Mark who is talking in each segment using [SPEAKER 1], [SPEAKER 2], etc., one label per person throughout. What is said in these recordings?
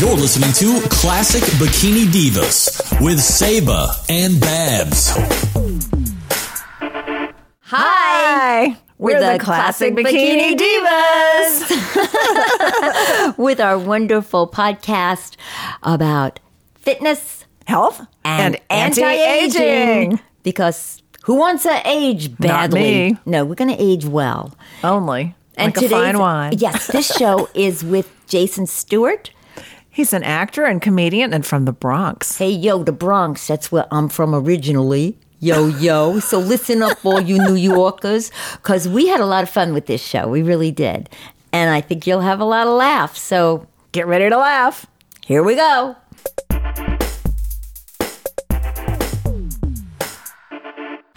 [SPEAKER 1] You're listening to Classic Bikini Divas with Saba and Babs.
[SPEAKER 2] Hi. We're, the, Classic, Bikini, Divas with our wonderful podcast about fitness
[SPEAKER 3] Health
[SPEAKER 2] and,
[SPEAKER 3] anti-aging.
[SPEAKER 2] anti-aging. Because who wants to age badly?
[SPEAKER 3] me.
[SPEAKER 2] No, we're going to age well.
[SPEAKER 3] only. like a
[SPEAKER 2] today's-
[SPEAKER 3] fine wine.
[SPEAKER 2] Yes, this show is with Jason Stewart.
[SPEAKER 3] He's an actor and comedian and from the Bronx.
[SPEAKER 2] Hey, yo, the Bronx. That's where I'm from originally. Yo, yo. So listen up, all you New Yorkers, because we had a lot of fun with this show. We really did. And I think you'll have a lot of laughs. So
[SPEAKER 3] Get ready to laugh.
[SPEAKER 2] here we go.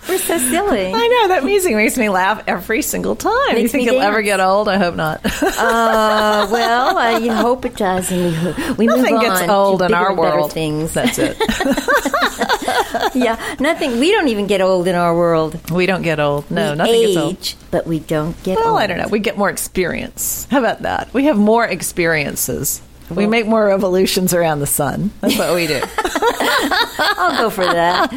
[SPEAKER 2] We're so silly.
[SPEAKER 3] I know that music makes me laugh every single time. you
[SPEAKER 2] Makes
[SPEAKER 3] think
[SPEAKER 2] me
[SPEAKER 3] you'll ever
[SPEAKER 2] dance.
[SPEAKER 3] get old? I hope not.
[SPEAKER 2] Uh, well, I hope it does. And we, ho- we move
[SPEAKER 3] Nothing
[SPEAKER 2] on
[SPEAKER 3] gets
[SPEAKER 2] to
[SPEAKER 3] old in
[SPEAKER 2] bigger
[SPEAKER 3] our
[SPEAKER 2] and better
[SPEAKER 3] world.
[SPEAKER 2] Things.
[SPEAKER 3] That's it.
[SPEAKER 2] Yeah, nothing. We don't even get old in our world.
[SPEAKER 3] we don't get old. No,
[SPEAKER 2] we
[SPEAKER 3] nothing
[SPEAKER 2] age,
[SPEAKER 3] gets old.
[SPEAKER 2] but we don't get old.
[SPEAKER 3] Well, I don't know. We get more experience. How about that? We have more experiences. we make more revolutions around the sun. That's what we do.
[SPEAKER 2] I'll go for that.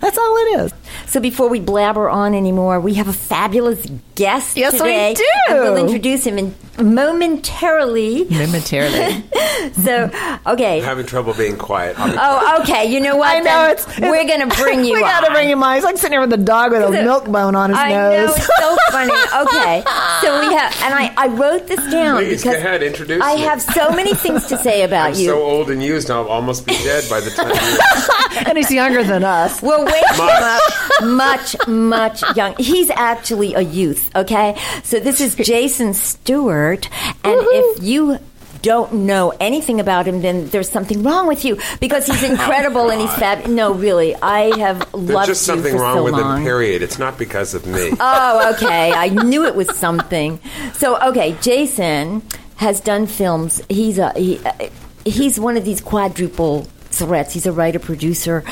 [SPEAKER 3] That's all it is.
[SPEAKER 2] so before we blabber on anymore, we have a fabulous guest
[SPEAKER 3] Yes, we
[SPEAKER 2] today.
[SPEAKER 3] do.
[SPEAKER 2] And we'll introduce him in momentarily.
[SPEAKER 3] Momentarily.
[SPEAKER 2] So, okay.
[SPEAKER 4] having trouble being quiet. I'll be
[SPEAKER 2] Oh, okay. You know what?
[SPEAKER 3] I know
[SPEAKER 2] then?
[SPEAKER 3] it's. it's-
[SPEAKER 2] We're gonna bring you.
[SPEAKER 3] we gotta
[SPEAKER 2] on.
[SPEAKER 3] bring him on. He's like sitting here with a dog with a milk bone on his
[SPEAKER 2] I know
[SPEAKER 3] nose.
[SPEAKER 2] it's so funny. Okay, so we have, and I, I wrote this down
[SPEAKER 4] Please, go
[SPEAKER 2] because
[SPEAKER 4] ahead, introduce
[SPEAKER 2] I
[SPEAKER 4] me.
[SPEAKER 2] have so many things to say about
[SPEAKER 4] I'm
[SPEAKER 2] you.
[SPEAKER 4] so old and used, I'll almost be dead by the time you.
[SPEAKER 3] and he's younger than us.
[SPEAKER 2] Well, wake him
[SPEAKER 4] Much.
[SPEAKER 2] up much, much young. He's actually a youth, okay? So this is Jason Stewart, and if you don't know anything about him, then there's something wrong with you because he's incredible and he's fab. No, really, I have
[SPEAKER 4] Oh, There's
[SPEAKER 2] loved
[SPEAKER 4] just
[SPEAKER 2] you
[SPEAKER 4] something
[SPEAKER 2] for
[SPEAKER 4] wrong
[SPEAKER 2] so
[SPEAKER 4] with
[SPEAKER 2] long.
[SPEAKER 4] him. Period. It's not because of me.
[SPEAKER 2] Oh, okay. I knew it was something. So, okay, Jason has done films. He's a he, uh, he's one of these quadruple threats. He's a writer, producer,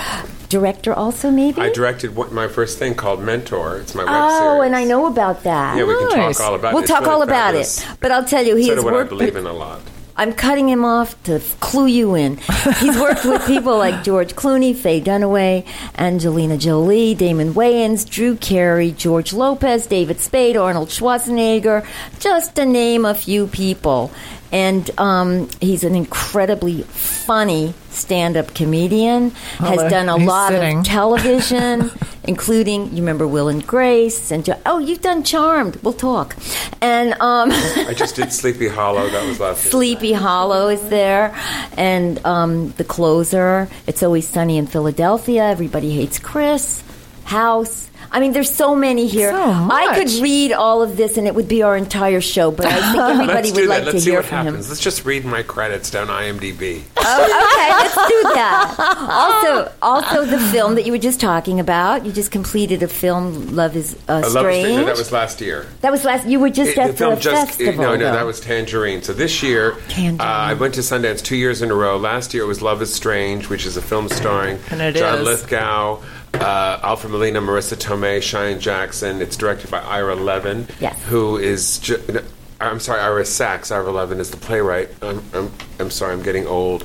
[SPEAKER 2] director, also maybe.
[SPEAKER 4] I directed what, my first thing called Mentor. It's my web
[SPEAKER 2] oh,
[SPEAKER 4] series.
[SPEAKER 2] and I know about that.
[SPEAKER 4] Yeah, we can
[SPEAKER 3] Nice.
[SPEAKER 4] talk all about it.
[SPEAKER 2] We'll
[SPEAKER 4] It's
[SPEAKER 2] talk
[SPEAKER 4] really
[SPEAKER 2] all about
[SPEAKER 4] fabulous.
[SPEAKER 2] it. But I'll tell you, he
[SPEAKER 4] Sort
[SPEAKER 2] has
[SPEAKER 4] of what I
[SPEAKER 2] worked.
[SPEAKER 4] believe in a lot.
[SPEAKER 2] I'm cutting him off to clue you in. He's worked with people like George Clooney, Faye Dunaway, Angelina Jolie, Damon Wayans, Drew Carey, George Lopez, David Spade, Arnold Schwarzenegger, just to name a few people. And um, he's an incredibly funny stand-up comedian.
[SPEAKER 3] Hello.
[SPEAKER 2] Has done a
[SPEAKER 3] uh, He's
[SPEAKER 2] lot
[SPEAKER 3] sitting.
[SPEAKER 2] of television, including you remember Will and Grace, and Jo- oh, you've done Charmed. We'll talk. And um,
[SPEAKER 4] I just did Sleepy Hollow. That was last. year.
[SPEAKER 2] Sleepy Hollow is there, and um, The Closer. It's Always Sunny in Philadelphia. Everybody Hates Chris. House. I mean, there's so many here.
[SPEAKER 3] So
[SPEAKER 2] I could
[SPEAKER 3] much.
[SPEAKER 2] read all of this, and it would be our entire show. But I think everybody
[SPEAKER 4] Let's
[SPEAKER 2] would
[SPEAKER 4] do
[SPEAKER 2] like
[SPEAKER 4] that. Let's
[SPEAKER 2] to
[SPEAKER 4] see
[SPEAKER 2] hear
[SPEAKER 4] what
[SPEAKER 2] from
[SPEAKER 4] happens.
[SPEAKER 2] him.
[SPEAKER 4] Let's just read my credits down IMDb.
[SPEAKER 2] Okay, let's do that. Also, also the film that you were just talking about. You just completed a film, Love is uh,
[SPEAKER 4] I
[SPEAKER 2] Strange.
[SPEAKER 4] love it. No, that was last year.
[SPEAKER 2] That was last. You were just
[SPEAKER 4] It-
[SPEAKER 2] at
[SPEAKER 4] the film
[SPEAKER 2] the
[SPEAKER 4] just it-
[SPEAKER 2] festival.
[SPEAKER 4] no no
[SPEAKER 2] though.
[SPEAKER 4] that was Tangerine. So this year,
[SPEAKER 2] Tangerine.
[SPEAKER 4] uh, I went to Sundance two years in a row. Last year it was Love Is Strange, which is a film starring
[SPEAKER 3] And it
[SPEAKER 4] John
[SPEAKER 3] is.
[SPEAKER 4] Lithgow, uh, Alfred Molina, Marissa Tomei, Cheyenne Jackson. It's directed by Ira Levin,
[SPEAKER 2] Yes.
[SPEAKER 4] who is. Ju- no, I'm sorry, Ira Sachs. Ira Levin is the playwright. I'm, I'm, I'm sorry, I'm getting old.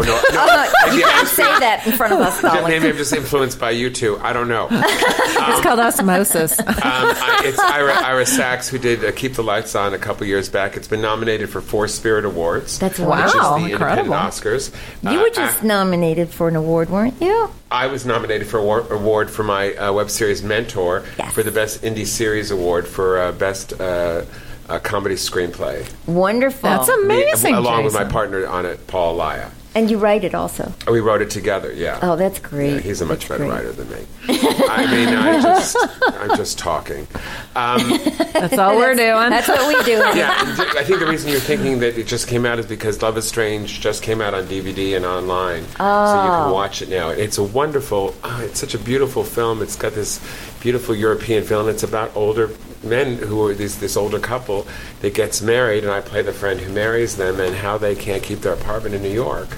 [SPEAKER 4] no, no
[SPEAKER 2] you
[SPEAKER 4] maybe I
[SPEAKER 2] can't
[SPEAKER 4] was
[SPEAKER 2] say
[SPEAKER 4] being-
[SPEAKER 2] that in front of us, Colin.
[SPEAKER 4] Maybe I'm just influenced by you two. I don't know.
[SPEAKER 3] It's called osmosis.
[SPEAKER 4] Um, I, it's Ira, Ira Sachs who did uh, Keep the Lights On a couple years back. It's been nominated for four Spirit Awards.
[SPEAKER 2] That's
[SPEAKER 4] which is
[SPEAKER 3] Wow,
[SPEAKER 4] the
[SPEAKER 3] incredible.
[SPEAKER 4] independent Oscars.
[SPEAKER 2] You
[SPEAKER 4] Uh,
[SPEAKER 2] were just
[SPEAKER 4] I,
[SPEAKER 2] nominated for an award, weren't you?
[SPEAKER 4] I was nominated for award, award for my uh, web series Mentor
[SPEAKER 2] Yes.
[SPEAKER 4] for the Best Indie Series Award for uh, Best uh, uh, Comedy Screenplay.
[SPEAKER 2] Wonderful.
[SPEAKER 3] That's
[SPEAKER 4] Me-
[SPEAKER 3] amazing.
[SPEAKER 4] along with my
[SPEAKER 3] Jason.
[SPEAKER 4] partner on it, Paul Laya.
[SPEAKER 2] And you write it also.
[SPEAKER 4] We wrote it together, yeah.
[SPEAKER 2] Oh, that's great.
[SPEAKER 4] Yeah, he's a much
[SPEAKER 2] That's
[SPEAKER 4] better
[SPEAKER 2] great.
[SPEAKER 4] writer than me. I mean, I just, I'm just talking. Um,
[SPEAKER 3] That's all we're doing.
[SPEAKER 2] That's what we do.
[SPEAKER 4] yeah, and th- I think the reason you're thinking that it just came out is because Love is Strange just came out on DVD and online, so you can watch it now. It's a wonderful, ah, it's such a beautiful film. It's got this beautiful European feel, and it's about older men who are this this older couple that gets married, and I play the friend who marries them, and how they can't keep their apartment in New York.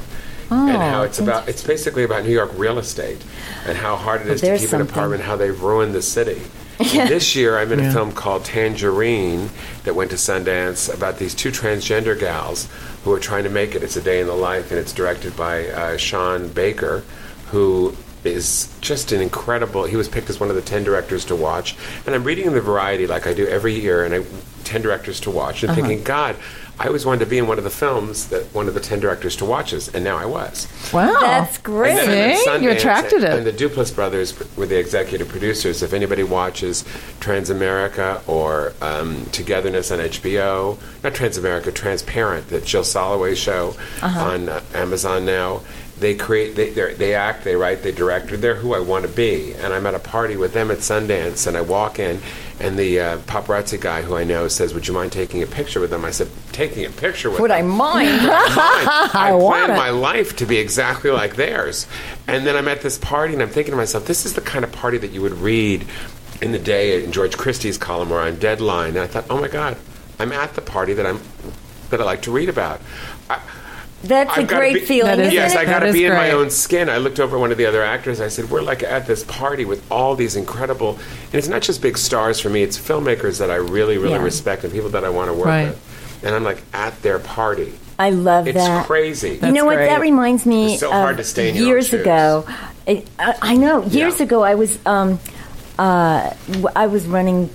[SPEAKER 4] and how it's about it's basically about New York real estate and how hard it is to
[SPEAKER 2] there's
[SPEAKER 4] keep an
[SPEAKER 2] something.
[SPEAKER 4] apartment, how they've ruined the city. And this year, I'm in a film called Tangerine that went to Sundance about these two transgender gals who are trying to make it. It's a day in the life, and it's directed by uh, Sean Baker, who is just an incredible. He was picked as one of the ten directors to watch, and I'm reading in the Variety like I do every year, and I ten directors to watch,
[SPEAKER 2] Uh-huh.
[SPEAKER 4] and thinking, God. I always wanted to be in one of the films that one of the ten directors to watches, and now I was.
[SPEAKER 3] Wow.
[SPEAKER 2] That's great.
[SPEAKER 4] And then
[SPEAKER 3] See?
[SPEAKER 4] I'm at
[SPEAKER 3] You
[SPEAKER 4] Sundance,
[SPEAKER 3] attracted
[SPEAKER 4] and-
[SPEAKER 3] it.
[SPEAKER 4] And the Duplass brothers were the executive producers. If anybody watches Transamerica or um, Togetherness on HBO, not Transamerica, Transparent, that Jill Soloway show
[SPEAKER 2] Uh-huh.
[SPEAKER 4] on uh, Amazon now, they create, they, they're- they act, they write, they direct. They're who I want to be. And I'm at a party with them at Sundance, and I walk in, and the uh, paparazzi guy who I know says, "Would you mind taking a picture with them?" I said, "Taking a picture with
[SPEAKER 2] Would
[SPEAKER 4] them?
[SPEAKER 2] I mind?
[SPEAKER 4] I,
[SPEAKER 3] want
[SPEAKER 4] planned
[SPEAKER 3] it.
[SPEAKER 4] my life to be exactly like theirs. And then I'm at this party and I'm thinking to myself, this is the kind of party that you would read in the day in George Christie's column or on Deadline. And I thought, oh my God, I'm at the party that I'm that I like to read about. I,
[SPEAKER 2] That's a
[SPEAKER 4] I've gotta
[SPEAKER 2] great
[SPEAKER 4] be-
[SPEAKER 2] feeling,
[SPEAKER 3] That
[SPEAKER 2] isn't
[SPEAKER 3] is-
[SPEAKER 4] yes,
[SPEAKER 2] it?
[SPEAKER 4] I got
[SPEAKER 3] That
[SPEAKER 4] to
[SPEAKER 3] is
[SPEAKER 4] be in my
[SPEAKER 3] great.
[SPEAKER 4] own skin. I looked over at one of the other actors. I said, "We're like at this party with all these incredible, and it's not just big stars for me. It's filmmakers that I really, really
[SPEAKER 2] Yeah.
[SPEAKER 4] respect and people that I want to work
[SPEAKER 3] Right.
[SPEAKER 4] with." And I'm like at their party.
[SPEAKER 2] I love
[SPEAKER 4] It's
[SPEAKER 2] that.
[SPEAKER 4] crazy.
[SPEAKER 2] you know what?
[SPEAKER 3] great.
[SPEAKER 2] That reminds me.
[SPEAKER 4] It's so
[SPEAKER 2] of
[SPEAKER 4] hard to stay in your own
[SPEAKER 2] years
[SPEAKER 4] shoes.
[SPEAKER 2] ago. I, I I know. Years
[SPEAKER 4] Yeah.
[SPEAKER 2] ago, I was um, uh, w- I was running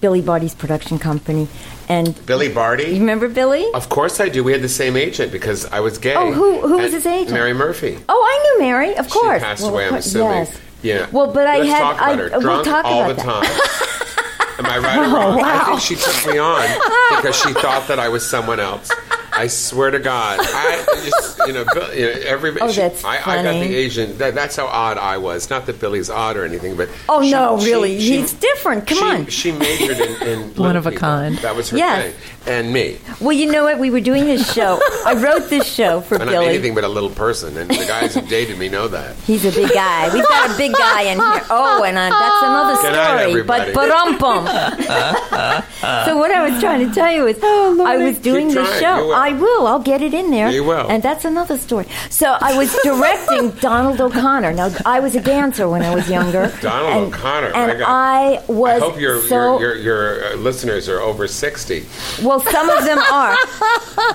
[SPEAKER 2] Billy Body's production company, and
[SPEAKER 4] Billy Barty.
[SPEAKER 2] you remember Billy?
[SPEAKER 4] Of course I do. We had the same agent because I was gay.
[SPEAKER 2] Oh, who- who was
[SPEAKER 4] And
[SPEAKER 2] his agent?
[SPEAKER 4] Mary Murphy.
[SPEAKER 2] Oh, I knew Mary, of course.
[SPEAKER 4] She passed
[SPEAKER 2] Well,
[SPEAKER 4] away,
[SPEAKER 2] of
[SPEAKER 4] I'm
[SPEAKER 2] course,
[SPEAKER 4] assuming.
[SPEAKER 2] Yes.
[SPEAKER 4] Yeah.
[SPEAKER 2] Well, but I
[SPEAKER 4] Let's
[SPEAKER 2] had-
[SPEAKER 4] talk
[SPEAKER 2] I-
[SPEAKER 4] about her.
[SPEAKER 2] we'll
[SPEAKER 4] Drunk
[SPEAKER 2] talk
[SPEAKER 4] all
[SPEAKER 2] about
[SPEAKER 4] the
[SPEAKER 2] that. Oh,
[SPEAKER 4] time. Am I right or wrong? I think she took me on because she thought that I was someone else. I swear to God, I just you know, Bill, you know everybody.
[SPEAKER 2] Oh,
[SPEAKER 4] she-
[SPEAKER 2] that's
[SPEAKER 4] I, I got
[SPEAKER 2] funny.
[SPEAKER 4] the agent. That, that's how odd I was. Not that Billy's odd or anything, but
[SPEAKER 2] Oh,
[SPEAKER 4] she-
[SPEAKER 2] no,
[SPEAKER 4] she-
[SPEAKER 2] really.
[SPEAKER 4] she-
[SPEAKER 2] He's different. Come
[SPEAKER 4] she-
[SPEAKER 2] on.
[SPEAKER 4] She majored in, in
[SPEAKER 3] One
[SPEAKER 4] little
[SPEAKER 3] of a
[SPEAKER 4] people.
[SPEAKER 3] kind.
[SPEAKER 4] That was her
[SPEAKER 2] Yes.
[SPEAKER 4] thing, and me.
[SPEAKER 2] Well, you know what? We were doing this show. I wrote this show for
[SPEAKER 4] And I'm
[SPEAKER 2] Billy.
[SPEAKER 4] anything but a little person, and the guys who dated me know that.
[SPEAKER 2] He's a big guy. We've got a big guy in here. Oh, and uh, that's another
[SPEAKER 4] Good
[SPEAKER 2] story.
[SPEAKER 4] night, everybody.
[SPEAKER 2] But but um bum. So what I was trying to tell you is, I was doing
[SPEAKER 4] Oh, Keep
[SPEAKER 2] this
[SPEAKER 4] trying. You
[SPEAKER 2] show.
[SPEAKER 4] will.
[SPEAKER 2] I will. I'll get it in there.
[SPEAKER 4] You will.
[SPEAKER 2] And that's another story. So I was directing Donald O'Connor. Now I was a dancer when I was younger.
[SPEAKER 4] Donald
[SPEAKER 2] and,
[SPEAKER 4] O'Connor, my
[SPEAKER 2] And
[SPEAKER 4] God.
[SPEAKER 2] I
[SPEAKER 4] I
[SPEAKER 2] was
[SPEAKER 4] hope your,
[SPEAKER 2] so
[SPEAKER 4] your, your, your uh, listeners are over 60.
[SPEAKER 2] Well, some of them are.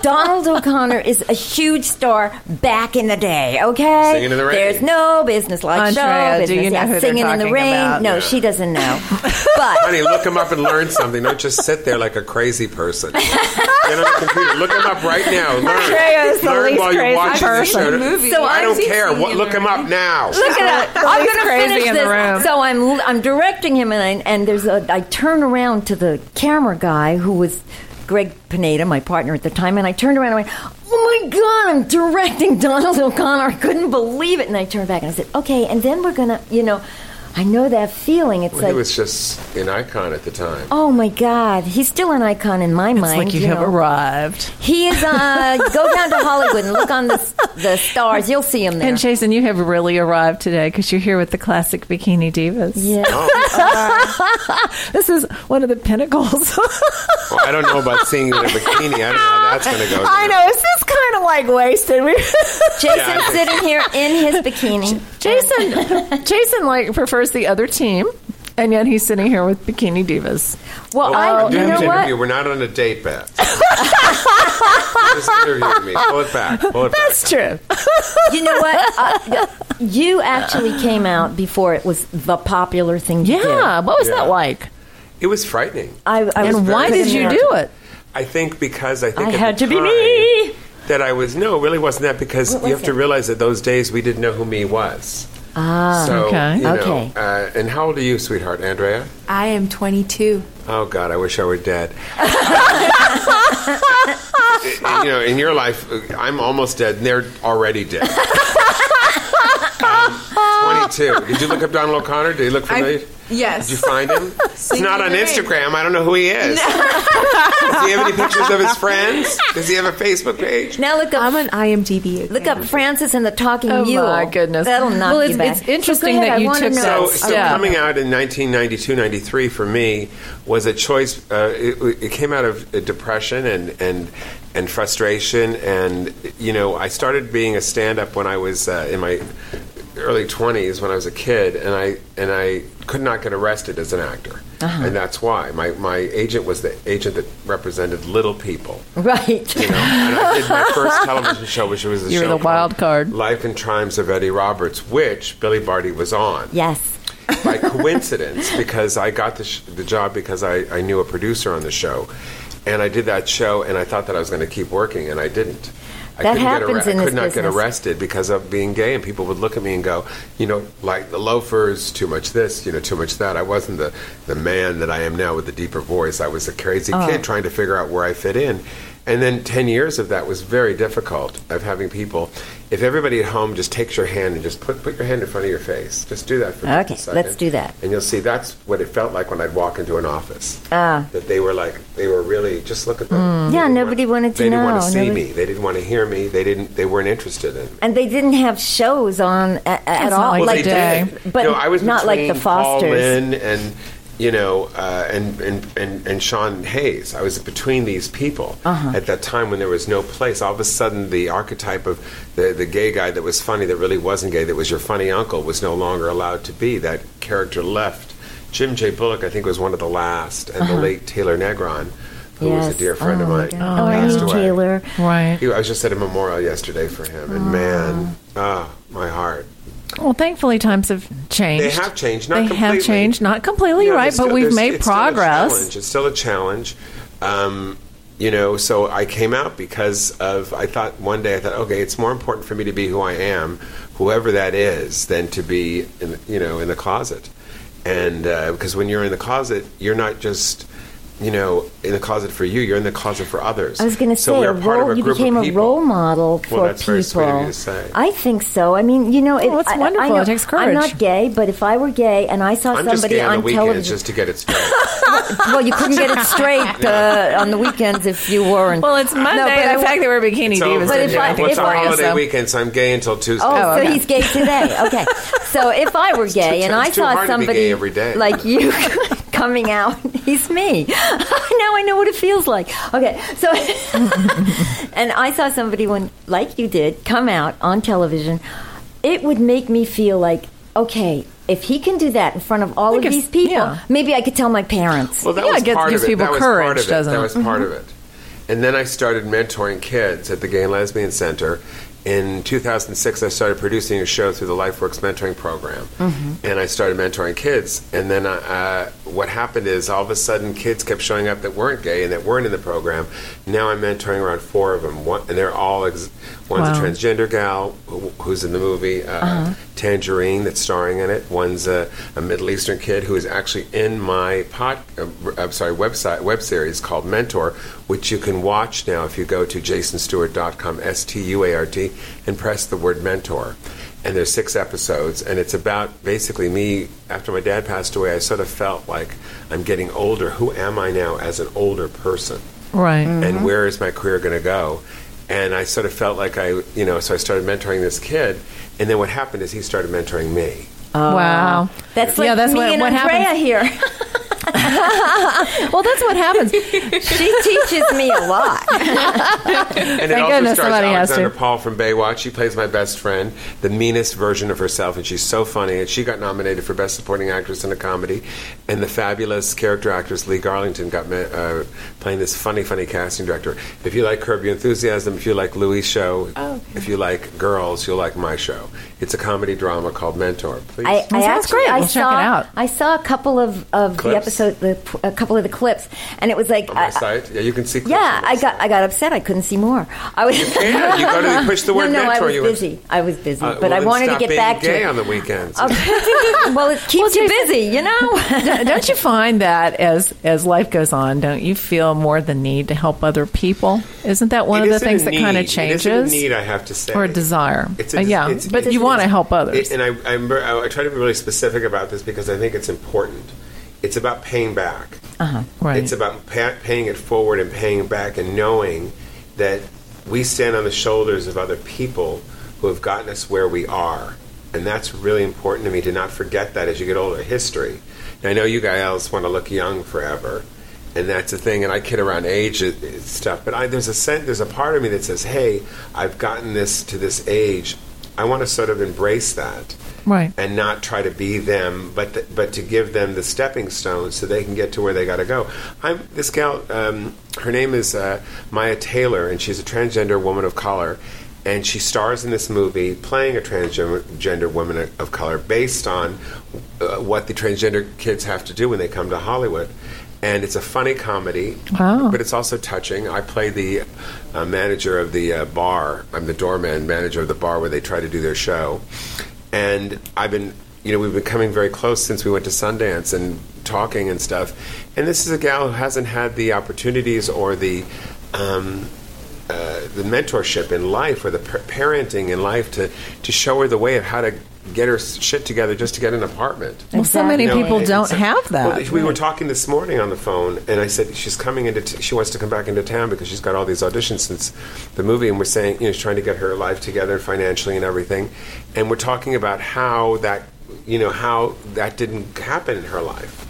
[SPEAKER 2] Donald O'Connor is a huge star back in the day. Okay,
[SPEAKER 4] Singing in the Rain.
[SPEAKER 2] There's no business like show
[SPEAKER 3] Andrea, do
[SPEAKER 2] business.
[SPEAKER 3] you know
[SPEAKER 2] yeah,
[SPEAKER 3] who they're
[SPEAKER 2] singing in the
[SPEAKER 3] talking
[SPEAKER 2] rain.
[SPEAKER 3] about?
[SPEAKER 2] No,
[SPEAKER 4] Yeah.
[SPEAKER 2] she doesn't know. But
[SPEAKER 4] Honey, look them up and learn something. Don't just sit there like a crazy person. Get on the computer. Look them up right now.
[SPEAKER 3] Andrea is
[SPEAKER 4] Learn,
[SPEAKER 3] the
[SPEAKER 4] learn
[SPEAKER 3] least
[SPEAKER 4] while you're
[SPEAKER 3] crazy
[SPEAKER 4] watching this
[SPEAKER 3] person.
[SPEAKER 4] show.
[SPEAKER 2] So
[SPEAKER 4] I
[SPEAKER 2] I've
[SPEAKER 4] don't
[SPEAKER 2] seen
[SPEAKER 4] care. What, look them up now.
[SPEAKER 2] Look at that.
[SPEAKER 3] the
[SPEAKER 2] I'm
[SPEAKER 3] least
[SPEAKER 2] going to
[SPEAKER 3] crazy
[SPEAKER 2] finish
[SPEAKER 3] in the
[SPEAKER 2] this.
[SPEAKER 3] room.
[SPEAKER 2] So I'm I'm directing him, and I, and there's a I turn around to the camera guy who was Greg Pineda, my partner at the time, and I turned around and I went, "Oh my God, I'm directing Donald O'Connor! I couldn't believe it!" And I turned back and I said, "Okay, and then we're gonna, you know." I know that feeling. It's
[SPEAKER 4] Well, he
[SPEAKER 2] like,
[SPEAKER 4] was just an icon at the time.
[SPEAKER 2] oh my God, he's still an icon in my
[SPEAKER 3] It's
[SPEAKER 2] mind.
[SPEAKER 3] like you, have
[SPEAKER 2] know.
[SPEAKER 3] arrived.
[SPEAKER 2] He is. Uh, go down to Hollywood and look on the, s- the stars. You'll see him there.
[SPEAKER 3] And Jason, you have really arrived today because you're here with the classic Bikini Divas.
[SPEAKER 2] yeah.
[SPEAKER 3] This is one of the pinnacles.
[SPEAKER 4] Well, I don't know about seeing you in a bikini. I don't know how that's going to go. down.
[SPEAKER 3] I know. Is this kind of like wasted? We-
[SPEAKER 2] Jason's
[SPEAKER 4] Yeah.
[SPEAKER 2] sitting here in his bikini.
[SPEAKER 3] Jason, Jason like prefers the other team, and yet he's sitting here with Bikini Divas.
[SPEAKER 2] Well,
[SPEAKER 4] Well,
[SPEAKER 2] I, you
[SPEAKER 4] we're doing
[SPEAKER 2] know
[SPEAKER 4] an
[SPEAKER 2] what?
[SPEAKER 4] interview. We're not on a date, Beth. just interviewing me. Pull it back. Pull it back.
[SPEAKER 3] That's true.
[SPEAKER 2] You know what? Uh, you actually came out before it was the popular thing to
[SPEAKER 3] Yeah.
[SPEAKER 2] do.
[SPEAKER 3] What was
[SPEAKER 4] Yeah.
[SPEAKER 3] that like like?
[SPEAKER 4] It was frightening.
[SPEAKER 2] I, I was
[SPEAKER 3] And why
[SPEAKER 2] very
[SPEAKER 3] did you
[SPEAKER 2] concerned.
[SPEAKER 3] do it?
[SPEAKER 4] I think because I think
[SPEAKER 2] I
[SPEAKER 4] at
[SPEAKER 2] had
[SPEAKER 4] the
[SPEAKER 2] to be
[SPEAKER 4] time
[SPEAKER 2] me.
[SPEAKER 4] That I was no, it really wasn't that because
[SPEAKER 2] What
[SPEAKER 4] you
[SPEAKER 2] was
[SPEAKER 4] have to
[SPEAKER 2] it?
[SPEAKER 4] realize that those days we didn't know who me was. Ah, so,
[SPEAKER 3] Okay.
[SPEAKER 4] You know,
[SPEAKER 2] Okay.
[SPEAKER 4] Uh, and how old are you, sweetheart, Andrea?
[SPEAKER 5] I am 22.
[SPEAKER 4] Oh God, I wish I were dead. you know, in your life, uh, I'm almost dead, and they're already dead. um, Twenty-two. Did you look up Donald O'Connor? Did he look familiar?
[SPEAKER 5] yes.
[SPEAKER 4] Did you find him? He's not on
[SPEAKER 5] the name.
[SPEAKER 4] Instagram. I don't know who he is. Does he have any pictures of his friends? Does he have a Facebook page?
[SPEAKER 2] Now look up,
[SPEAKER 5] I'm an IMDb. account.
[SPEAKER 2] look up Francis and the Talking
[SPEAKER 3] Oh,
[SPEAKER 2] Mule.
[SPEAKER 3] my goodness.
[SPEAKER 2] That'll knock
[SPEAKER 3] Well,
[SPEAKER 2] you
[SPEAKER 3] it's-
[SPEAKER 2] back.
[SPEAKER 3] it's interesting
[SPEAKER 2] So go
[SPEAKER 3] that
[SPEAKER 2] ahead, I
[SPEAKER 3] you
[SPEAKER 2] wanna
[SPEAKER 3] took
[SPEAKER 2] know.
[SPEAKER 3] that
[SPEAKER 4] So,
[SPEAKER 3] Yes.
[SPEAKER 4] so
[SPEAKER 3] Yeah.
[SPEAKER 4] coming out in 1992, 93 for me was a choice. Uh, it, it came out of uh, depression and and and frustration, and you know, I started being a stand-up when I was uh, in my early 20s when I was a kid, and I and I could not get arrested as an actor,
[SPEAKER 3] Uh-huh.
[SPEAKER 4] and that's why my my agent was the agent that represented little people.
[SPEAKER 2] Right.
[SPEAKER 4] You know, and I did my first television show, which was a
[SPEAKER 3] You were
[SPEAKER 4] show
[SPEAKER 3] the
[SPEAKER 4] called
[SPEAKER 3] wild card.
[SPEAKER 4] Life and Times of Eddie Roberts, which Billy Barty was on
[SPEAKER 2] Yes.
[SPEAKER 4] by coincidence because I got the, sh- the job because I, I knew a producer on the show. And I did that show, and I thought that I was going to keep working, and I didn't. I
[SPEAKER 2] That
[SPEAKER 4] couldn't
[SPEAKER 2] happens
[SPEAKER 4] get
[SPEAKER 2] in this
[SPEAKER 4] I could not get
[SPEAKER 2] business.
[SPEAKER 4] arrested because of being gay, and people would look at me and go, you know, like the loafers, too much this, you know, too much that. I wasn't the, the man that I am now with the deeper voice. I was a crazy
[SPEAKER 2] Oh.
[SPEAKER 4] kid trying to figure out where I fit in. And then 10 years of that was very difficult of having people. If everybody at home just takes your hand and just put, put your hand in front of your face, just do that for
[SPEAKER 2] Okay,
[SPEAKER 4] just a
[SPEAKER 2] let's
[SPEAKER 4] second.
[SPEAKER 2] do that.
[SPEAKER 4] And you'll see that's what it felt like when I'd walk into an office.
[SPEAKER 2] Ah. Mm.
[SPEAKER 4] That they were like, they were really just look at them. They
[SPEAKER 2] Yeah,
[SPEAKER 4] didn't
[SPEAKER 2] nobody
[SPEAKER 4] want-
[SPEAKER 2] wanted to
[SPEAKER 4] They didn't want
[SPEAKER 2] know.
[SPEAKER 4] to see
[SPEAKER 2] Nobody-
[SPEAKER 4] me. They didn't want to hear me. They didn't. They weren't interested in. me.
[SPEAKER 2] And they didn't have shows on at, at
[SPEAKER 3] not
[SPEAKER 2] all.
[SPEAKER 3] like
[SPEAKER 2] like
[SPEAKER 3] they
[SPEAKER 2] the-
[SPEAKER 3] did.
[SPEAKER 2] But
[SPEAKER 4] you know, I was
[SPEAKER 2] not like the
[SPEAKER 4] between Paul
[SPEAKER 2] Fosters.
[SPEAKER 4] Lynn and you know, uh, and, and and and Sean Hayes. I was between these people
[SPEAKER 2] Uh-huh.
[SPEAKER 4] at that time when there was no place. All of a sudden, the archetype of the the gay guy that was funny, that really wasn't gay, that was your funny uncle, was no longer allowed to be. That character left. Jim J. Bullock, I think, was one of the last, and the late Taylor Negron, who was
[SPEAKER 2] Uh-huh. Yes.
[SPEAKER 4] a dear friend
[SPEAKER 2] Oh, my
[SPEAKER 4] of mine,
[SPEAKER 2] God. Oh,
[SPEAKER 4] passed
[SPEAKER 2] Ernie
[SPEAKER 4] away.
[SPEAKER 2] Taylor.
[SPEAKER 3] Right.
[SPEAKER 4] He- I was just at a memorial yesterday for him, and man,
[SPEAKER 2] Oh.
[SPEAKER 4] ah, my heart.
[SPEAKER 3] Well, thankfully, times have changed.
[SPEAKER 4] They have changed, not
[SPEAKER 3] they
[SPEAKER 4] completely.
[SPEAKER 3] have changed, not completely,
[SPEAKER 4] Yeah,
[SPEAKER 3] right?
[SPEAKER 4] there's
[SPEAKER 3] But
[SPEAKER 4] still-
[SPEAKER 3] we've
[SPEAKER 4] there's-
[SPEAKER 3] made
[SPEAKER 4] it's still a
[SPEAKER 3] progress.
[SPEAKER 4] challenge. it's still a challenge. Um, you know, so I came out because of I thought one day I thought, okay, it's more important for me to be who I am, whoever that is, than to be in, you know in the closet. And uh, because when you're in the closet, you're not just you know in the closet for you; you're in the closet for others.
[SPEAKER 2] I was going to say,
[SPEAKER 4] so we
[SPEAKER 2] a
[SPEAKER 4] are part
[SPEAKER 2] role,
[SPEAKER 4] of a
[SPEAKER 2] you
[SPEAKER 4] group of
[SPEAKER 2] became a
[SPEAKER 4] people.
[SPEAKER 2] role model for
[SPEAKER 4] Well, that's
[SPEAKER 2] people.
[SPEAKER 4] very sweet of you to say.
[SPEAKER 2] I think so. I mean, you know,
[SPEAKER 3] Well, it's
[SPEAKER 2] I- I-
[SPEAKER 3] wonderful.
[SPEAKER 2] I know-
[SPEAKER 3] It takes
[SPEAKER 2] I'm
[SPEAKER 3] courage.
[SPEAKER 2] not gay, but if I were gay and I saw
[SPEAKER 4] I'm just
[SPEAKER 2] somebody
[SPEAKER 4] gay on
[SPEAKER 2] on,
[SPEAKER 4] the weekends
[SPEAKER 2] television,
[SPEAKER 4] just to get it straight.
[SPEAKER 2] well, you couldn't get it straight uh, on the weekends if you weren't.
[SPEAKER 3] Well, it's Monday.
[SPEAKER 2] No, but
[SPEAKER 3] and
[SPEAKER 2] I-
[SPEAKER 3] the fact that we're bikini
[SPEAKER 4] It's over.
[SPEAKER 3] divas.
[SPEAKER 2] But
[SPEAKER 3] is
[SPEAKER 2] if I-
[SPEAKER 3] ridiculous.
[SPEAKER 4] What's
[SPEAKER 2] if
[SPEAKER 4] our
[SPEAKER 2] I-
[SPEAKER 4] holiday
[SPEAKER 3] Awesome.
[SPEAKER 4] weekend? So I'm gay until Tuesday.
[SPEAKER 2] Oh,
[SPEAKER 3] Oh,
[SPEAKER 2] so
[SPEAKER 3] okay.
[SPEAKER 2] he's gay today. Okay. So if I were gay and I
[SPEAKER 4] It's too
[SPEAKER 2] saw
[SPEAKER 4] hard to be
[SPEAKER 2] somebody
[SPEAKER 4] gay every day.
[SPEAKER 2] like you coming out, he's me. now I know what it feels like. Okay. So and I saw somebody when like you did come out on television, it would make me feel like okay, if he can do that in front of all of
[SPEAKER 3] Like if-
[SPEAKER 2] these people,
[SPEAKER 3] yeah.
[SPEAKER 2] maybe I could tell my parents.
[SPEAKER 4] Well, that
[SPEAKER 3] Yeah,
[SPEAKER 4] was
[SPEAKER 3] it gets-
[SPEAKER 4] part
[SPEAKER 3] gives
[SPEAKER 4] of it.
[SPEAKER 3] people
[SPEAKER 4] that was part
[SPEAKER 3] courage,
[SPEAKER 4] of it.
[SPEAKER 3] doesn't
[SPEAKER 4] that
[SPEAKER 3] it?
[SPEAKER 4] was part of it. And then I started mentoring kids at the Gay and Lesbian Center. In 2006, I started producing a show through the LifeWorks mentoring program,
[SPEAKER 3] Mm-hmm.
[SPEAKER 4] and I started mentoring kids. And then uh, what happened is all of a sudden, kids kept showing up that weren't gay and that weren't in the program. Now I'm mentoring around four of them, One, and they're all ex- one's
[SPEAKER 3] Wow.
[SPEAKER 4] a transgender gal who, who's in the movie uh, Tangerine that's starring in it. One's a, a Middle Eastern kid who is actually in my pod, uh, I'm sorry, website web series called Mentor, which you can watch now if you go to jasonstewart.com, S T U A R T, and press the word mentor. And there's six episodes, and it's about basically me. After my dad passed away, I sort of felt like I'm getting older. Who am I now as an older person?
[SPEAKER 3] Right.
[SPEAKER 4] and where is my career going to go? And I sort of felt like I, you know, so I started mentoring this kid, and then what happened is he started mentoring me.
[SPEAKER 3] wow.
[SPEAKER 2] That's like
[SPEAKER 3] yeah, Oh. that's
[SPEAKER 2] me
[SPEAKER 3] what,
[SPEAKER 2] and
[SPEAKER 3] what
[SPEAKER 2] Andrea
[SPEAKER 3] happens.
[SPEAKER 2] here.
[SPEAKER 3] Well, that's what happens.
[SPEAKER 2] she teaches me a lot.
[SPEAKER 4] And it
[SPEAKER 3] Thank
[SPEAKER 4] also
[SPEAKER 3] goodness
[SPEAKER 4] stars
[SPEAKER 3] somebody has
[SPEAKER 4] Alexander
[SPEAKER 3] to.
[SPEAKER 4] Paul from Baywatch. She plays my best friend, the meanest version of herself, and she's so funny. And she got nominated for Best Supporting Actress in a Comedy. And the fabulous character actress Lee Garlington got me, uh, playing this funny, funny casting director. If you like Curb Your Enthusiasm, if you like Louis' show,
[SPEAKER 3] Oh,
[SPEAKER 4] if you like Girls, you'll like my show. It's a comedy drama called Mentor. Please.
[SPEAKER 2] I, I
[SPEAKER 3] sounds
[SPEAKER 2] actually,
[SPEAKER 3] great.
[SPEAKER 2] I
[SPEAKER 3] We'll
[SPEAKER 2] saw,
[SPEAKER 3] check it out.
[SPEAKER 2] I saw a couple of, of the
[SPEAKER 4] Clips?
[SPEAKER 2] episode, the, p- a couple of the clips, and it was like,
[SPEAKER 4] on my
[SPEAKER 2] I-
[SPEAKER 4] site. Yeah, you can see. clips Uh,
[SPEAKER 2] yeah,
[SPEAKER 4] on my
[SPEAKER 2] I got,
[SPEAKER 4] site.
[SPEAKER 2] I got upset. I couldn't see more. I was.
[SPEAKER 4] Yeah, you go to the- push the word
[SPEAKER 2] no, no, I
[SPEAKER 4] mentor,
[SPEAKER 2] was
[SPEAKER 4] you would-
[SPEAKER 2] busy. I was busy,
[SPEAKER 4] Uh,
[SPEAKER 2] but
[SPEAKER 4] well,
[SPEAKER 2] I
[SPEAKER 4] then
[SPEAKER 2] wanted to
[SPEAKER 4] stop
[SPEAKER 2] get
[SPEAKER 4] being
[SPEAKER 2] back
[SPEAKER 4] gay
[SPEAKER 2] to.
[SPEAKER 4] on
[SPEAKER 2] it.
[SPEAKER 4] the weekends.
[SPEAKER 2] well, it keeps you busy, you know.
[SPEAKER 3] don't you find that as as life goes on, don't you feel more the need to help other people? Isn't that one
[SPEAKER 4] It
[SPEAKER 3] of the
[SPEAKER 4] isn't
[SPEAKER 3] things
[SPEAKER 4] a
[SPEAKER 3] that kind of
[SPEAKER 4] need. It isn't a
[SPEAKER 3] changes?
[SPEAKER 4] need, I have to say,
[SPEAKER 3] Or a desire.
[SPEAKER 4] It's
[SPEAKER 3] Uh,
[SPEAKER 4] a,
[SPEAKER 3] yeah,
[SPEAKER 4] it's-
[SPEAKER 3] but
[SPEAKER 4] it's-
[SPEAKER 3] you wanna
[SPEAKER 4] it's-
[SPEAKER 3] help others.
[SPEAKER 4] it- and I, I'm, ver- I try to be really specific about this because I think it's important. It's about paying back.
[SPEAKER 3] Right.
[SPEAKER 4] It's about pa- paying it forward and paying back, and knowing that we stand on the shoulders of other people who have gotten us where we are, and that's really important to me to not forget that as you get older. History. And I know you guys want to look young forever, and that's the thing. And I kid around age i- i- stuff, but I, there's a sen- there's a part of me that says, "Hey, I've gotten this to this age. I want to sort of embrace that.
[SPEAKER 3] Right.
[SPEAKER 4] And not try to be them, but th- but to give them the stepping stones so they can get to where they got to go. I'm this gal. Um, her name is uh, Maya Taylor, and she's a transgender woman of color, and she stars in this movie playing a transgender woman of- of color based on uh, what the transgender kids have to do when they come to Hollywood. And it's a funny comedy,
[SPEAKER 3] Wow.
[SPEAKER 4] but it's also touching. I play the uh, manager of the uh, bar. I'm the doorman manager of the bar where they try to do their show. And I've been, you know, we've been coming very close since we went to Sundance and talking and stuff. And this is a gal who hasn't had the opportunities or the um, uh, the mentorship in life or the par- parenting in life to, to show her the way of how to get her s- shit together just to get an apartment.
[SPEAKER 3] Well, so many
[SPEAKER 4] You know,
[SPEAKER 3] people
[SPEAKER 4] and-
[SPEAKER 3] don't
[SPEAKER 4] so-
[SPEAKER 3] have that.
[SPEAKER 4] Well, we were talking this morning on the phone, and I said she's coming into. T- she wants to come back into town because she's got all these auditions since the movie, and we're saying you know she's trying to get her life together financially and everything, and we're talking about how that you know how that didn't happen in her life.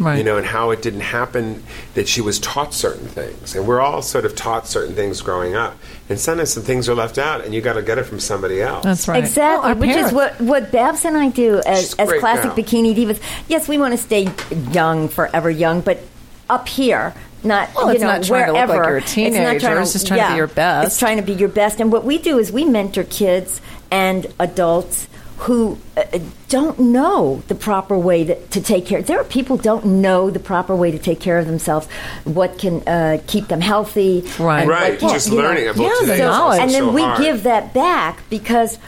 [SPEAKER 3] Right.
[SPEAKER 4] You know, and how it didn't happen that she was taught certain things. And we're all sort of taught certain things growing up. And sometimes some things are left out, and you got to get it from somebody else.
[SPEAKER 3] That's right.
[SPEAKER 2] Exactly,
[SPEAKER 3] Well, our
[SPEAKER 2] which
[SPEAKER 3] parents-
[SPEAKER 2] is what what Babs and I do as,
[SPEAKER 4] She's a
[SPEAKER 2] as
[SPEAKER 4] great
[SPEAKER 2] classic
[SPEAKER 4] gal.
[SPEAKER 2] bikini divas. Yes, we want to stay young, forever young, but up here, not
[SPEAKER 3] Well,
[SPEAKER 2] you
[SPEAKER 3] it's
[SPEAKER 2] know
[SPEAKER 3] not trying to look like
[SPEAKER 2] wherever.
[SPEAKER 3] you're a teenager, it's just trying to be your best.
[SPEAKER 2] It's trying to be your best, and what we do is we mentor kids and adults who uh, uh, don't know the proper way to, to take care. There are people who don't know the proper way to take care of themselves, what can uh, keep them healthy,
[SPEAKER 3] Right.
[SPEAKER 2] and what
[SPEAKER 4] Right,
[SPEAKER 2] can't,
[SPEAKER 4] just
[SPEAKER 2] you know.
[SPEAKER 4] learning about
[SPEAKER 3] Yeah,
[SPEAKER 4] today.
[SPEAKER 3] the
[SPEAKER 4] is also
[SPEAKER 3] knowledge.
[SPEAKER 2] and then
[SPEAKER 4] so
[SPEAKER 2] we
[SPEAKER 4] hard.
[SPEAKER 2] give that back because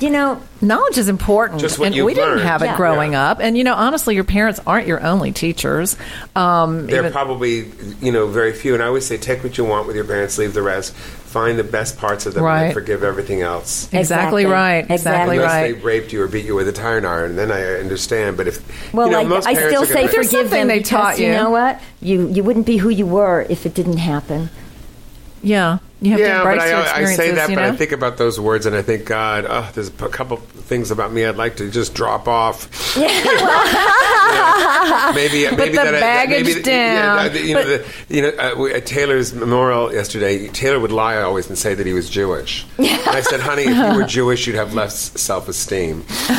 [SPEAKER 2] you know
[SPEAKER 3] Knowledge is important.
[SPEAKER 4] Just what
[SPEAKER 3] and
[SPEAKER 4] you've
[SPEAKER 3] we didn't
[SPEAKER 4] learned.
[SPEAKER 3] have it
[SPEAKER 2] Yeah.
[SPEAKER 3] growing up. And, you know, honestly, your parents aren't your only teachers. Um,
[SPEAKER 4] They're
[SPEAKER 3] even-
[SPEAKER 4] probably, you know, very few. And I always say, take what you want with your parents, leave the rest. Find the best parts of them, and
[SPEAKER 3] Right.
[SPEAKER 4] then forgive everything else.
[SPEAKER 3] Exactly
[SPEAKER 2] Exactly.
[SPEAKER 3] right. Exactly
[SPEAKER 2] Exactly.
[SPEAKER 4] Unless they
[SPEAKER 3] right.
[SPEAKER 4] raped you or beat you with a tire iron, then I understand. But if
[SPEAKER 2] well
[SPEAKER 4] you know,
[SPEAKER 2] like
[SPEAKER 4] most
[SPEAKER 2] i
[SPEAKER 4] parents
[SPEAKER 2] still
[SPEAKER 4] are
[SPEAKER 2] say
[SPEAKER 4] gonna-
[SPEAKER 3] There's
[SPEAKER 2] forgive
[SPEAKER 3] something
[SPEAKER 2] them
[SPEAKER 3] they
[SPEAKER 2] because
[SPEAKER 3] taught you.
[SPEAKER 2] you know what you you wouldn't be who you were if it didn't happen
[SPEAKER 3] Yeah. You have to
[SPEAKER 4] Yeah,
[SPEAKER 3] embrace
[SPEAKER 4] but
[SPEAKER 3] your
[SPEAKER 4] I, I
[SPEAKER 3] experiences.
[SPEAKER 4] say that,
[SPEAKER 3] you
[SPEAKER 4] but
[SPEAKER 3] know?
[SPEAKER 4] I think about those words, and I think, God, oh, there's a couple things about me I'd like to just drop off. Yeah. maybe, maybe
[SPEAKER 3] the
[SPEAKER 4] that I- that
[SPEAKER 3] baggage
[SPEAKER 4] maybe,
[SPEAKER 3] down.
[SPEAKER 4] Yeah, that- you know, the, you know uh, we, at Taylor's memorial yesterday, Taylor would lie always and say that he was Jewish. And I said, honey, if you were Jewish, you'd have less self-esteem. you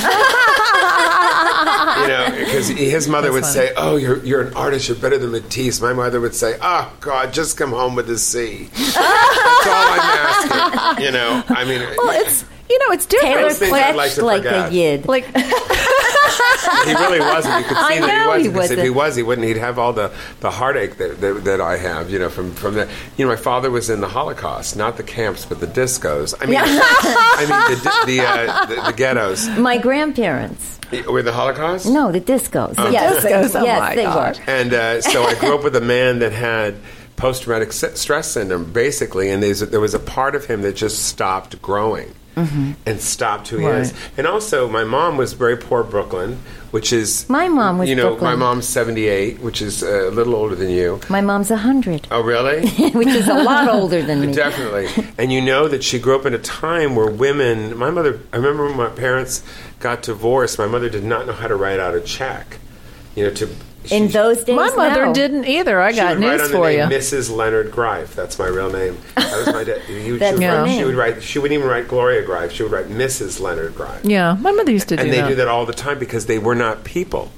[SPEAKER 4] know, because his mother would
[SPEAKER 3] funny.
[SPEAKER 4] say, "Oh, you're you're an artist. You're better than Matisse." My mother would say, "Oh God, just come home with the C." That's all I'm asking. You know, I mean,
[SPEAKER 3] well, it's, you know, it's different.
[SPEAKER 2] taylor
[SPEAKER 4] Those things I'd
[SPEAKER 2] fletched like,
[SPEAKER 4] like to
[SPEAKER 2] a
[SPEAKER 4] forget.
[SPEAKER 2] yid
[SPEAKER 3] like,
[SPEAKER 4] he really wasn't. You could see
[SPEAKER 2] I know
[SPEAKER 4] that
[SPEAKER 2] he
[SPEAKER 4] he wasn't. 'cause if
[SPEAKER 2] wasn't.
[SPEAKER 4] he was, he wouldn't. He'd have all the, the heartache that, that that I have. You know, from from the. You know, my father was in the Holocaust, not the camps, but the discos. I mean, I mean the the, uh, the the ghettos.
[SPEAKER 2] my grandparents
[SPEAKER 4] Were the Holocaust?
[SPEAKER 2] no the discos yes
[SPEAKER 3] discos, oh
[SPEAKER 2] yes
[SPEAKER 3] my
[SPEAKER 2] they
[SPEAKER 3] God.
[SPEAKER 2] were
[SPEAKER 4] And uh, so I grew up with a man that had post traumatic stress syndrome, basically, and there's, there was a part of him that just stopped growing.
[SPEAKER 2] Mm-hmm.
[SPEAKER 4] And stopped who he is,
[SPEAKER 3] Right.
[SPEAKER 4] and also my mom was very poor Brooklyn, which is
[SPEAKER 2] My mom was
[SPEAKER 4] you know
[SPEAKER 2] Brooklyn.
[SPEAKER 4] my mom's seventy eight, which is uh, a little older than you.
[SPEAKER 2] my mom's a hundred
[SPEAKER 4] Oh, really?
[SPEAKER 2] which is a lot older than me
[SPEAKER 4] Definitely. And you know that she grew up in a time where women, my mother, I remember when my parents got divorced, my mother did not know how to write out a check. You know, to.
[SPEAKER 2] in
[SPEAKER 4] she-
[SPEAKER 2] those days
[SPEAKER 3] my mother
[SPEAKER 2] no.
[SPEAKER 3] didn't either. I
[SPEAKER 4] she
[SPEAKER 3] got
[SPEAKER 4] would write
[SPEAKER 3] news
[SPEAKER 4] on the
[SPEAKER 3] for you.
[SPEAKER 4] name Mrs. Leonard Greif. That's my real name. That was my dad. He would-
[SPEAKER 2] That's
[SPEAKER 4] she, would
[SPEAKER 2] her
[SPEAKER 4] write, she
[SPEAKER 2] name.
[SPEAKER 4] would write. She wouldn't even write Gloria Greif. She would write Mrs. Leonard Greif.
[SPEAKER 3] Yeah. My mother used to do
[SPEAKER 4] and they
[SPEAKER 3] that.
[SPEAKER 4] do that all the time because they were not people.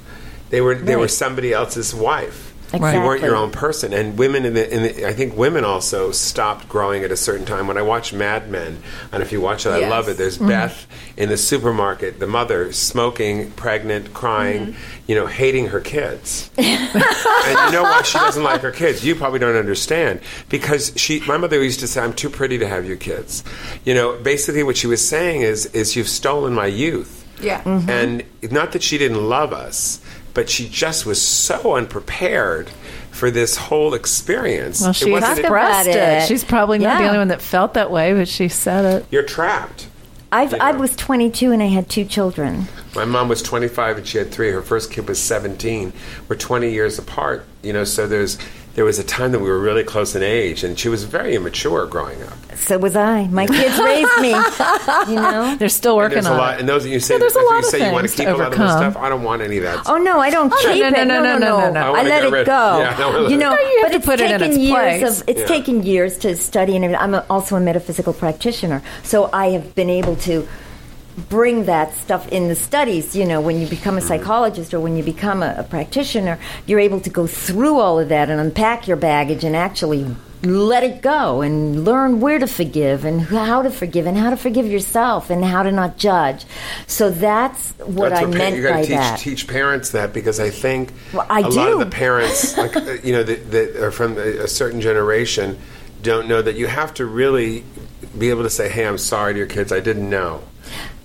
[SPEAKER 4] They were they were
[SPEAKER 2] Right.
[SPEAKER 4] somebody else's wife.
[SPEAKER 2] Exactly.
[SPEAKER 4] You weren't your own person. And women in the, in the I think women also stopped growing at a certain time. When I watch Mad Men, and if you watch it, I
[SPEAKER 5] Yes.
[SPEAKER 4] love it. There's Beth in the supermarket, the mother smoking, pregnant, crying, you know, hating her kids. and you know why she doesn't like her kids? You probably don't understand because she. My mother used to say, "I'm too pretty to have you kids." You know, basically what she was saying is, is you've stolen my youth.
[SPEAKER 5] Yeah.
[SPEAKER 3] Mm-hmm.
[SPEAKER 4] And not that she didn't love us, but she just was so unprepared for this whole experience.
[SPEAKER 3] Well, she
[SPEAKER 4] wasn't-
[SPEAKER 2] Talk about
[SPEAKER 3] expressed it.
[SPEAKER 2] it.
[SPEAKER 3] She's probably not the
[SPEAKER 2] Yeah.
[SPEAKER 3] only one that felt that way, but she said it.
[SPEAKER 4] You're trapped.
[SPEAKER 2] I've,
[SPEAKER 4] You
[SPEAKER 2] i
[SPEAKER 4] know.
[SPEAKER 2] was 22 and i had two children
[SPEAKER 4] My mom was 25 and she had three. Her first kid was 17. We're 20 years apart, you know. So there's there was a time that we were really close in age, and she was very immature growing up.
[SPEAKER 2] so was i my kids raised me you know
[SPEAKER 3] They're still working
[SPEAKER 4] There's a
[SPEAKER 3] on
[SPEAKER 4] lot,
[SPEAKER 3] it.
[SPEAKER 4] and those that you say,
[SPEAKER 3] Yeah, there's a
[SPEAKER 4] if
[SPEAKER 3] lot
[SPEAKER 4] you
[SPEAKER 3] of
[SPEAKER 4] say you want
[SPEAKER 3] things
[SPEAKER 4] to
[SPEAKER 3] to
[SPEAKER 4] keep a lot of this
[SPEAKER 3] overcome.
[SPEAKER 4] stuff, I don't want any of that.
[SPEAKER 2] Oh no, I don't
[SPEAKER 3] no,
[SPEAKER 2] keep
[SPEAKER 3] no, no,
[SPEAKER 2] it.
[SPEAKER 3] no, no, no, no. I
[SPEAKER 2] I,
[SPEAKER 4] wanna
[SPEAKER 2] let
[SPEAKER 4] get
[SPEAKER 2] it
[SPEAKER 4] rid-
[SPEAKER 2] go.
[SPEAKER 4] yeah, I wanna-
[SPEAKER 2] you know,
[SPEAKER 4] No,
[SPEAKER 3] you have
[SPEAKER 2] but
[SPEAKER 3] to
[SPEAKER 2] it's
[SPEAKER 3] put it in
[SPEAKER 2] taken
[SPEAKER 3] its
[SPEAKER 2] years
[SPEAKER 3] place.
[SPEAKER 2] of it's
[SPEAKER 4] Yeah.
[SPEAKER 2] taken years to study and everything. I'm a- also a metaphysical practitioner, so I have been able to bring that stuff in the studies. You know, when you become a
[SPEAKER 4] Mm-hmm.
[SPEAKER 2] psychologist or when you become a, a practitioner, you're able to go through all of that and unpack your baggage and actually let it go and learn where to forgive and wh- how to forgive and how to forgive yourself and how to not judge. So that's what
[SPEAKER 4] That's
[SPEAKER 2] I
[SPEAKER 4] pa-
[SPEAKER 2] meant
[SPEAKER 4] you gotta
[SPEAKER 2] by
[SPEAKER 4] teach,
[SPEAKER 2] that.
[SPEAKER 4] Teach parents that because I think
[SPEAKER 2] Well,
[SPEAKER 4] a
[SPEAKER 2] I
[SPEAKER 4] lot of
[SPEAKER 2] do.
[SPEAKER 4] the parents, like uh, you know, that, that are from a, a certain generation, don't know that you have to really be able to say, "Hey, I'm sorry to your kids. I didn't know."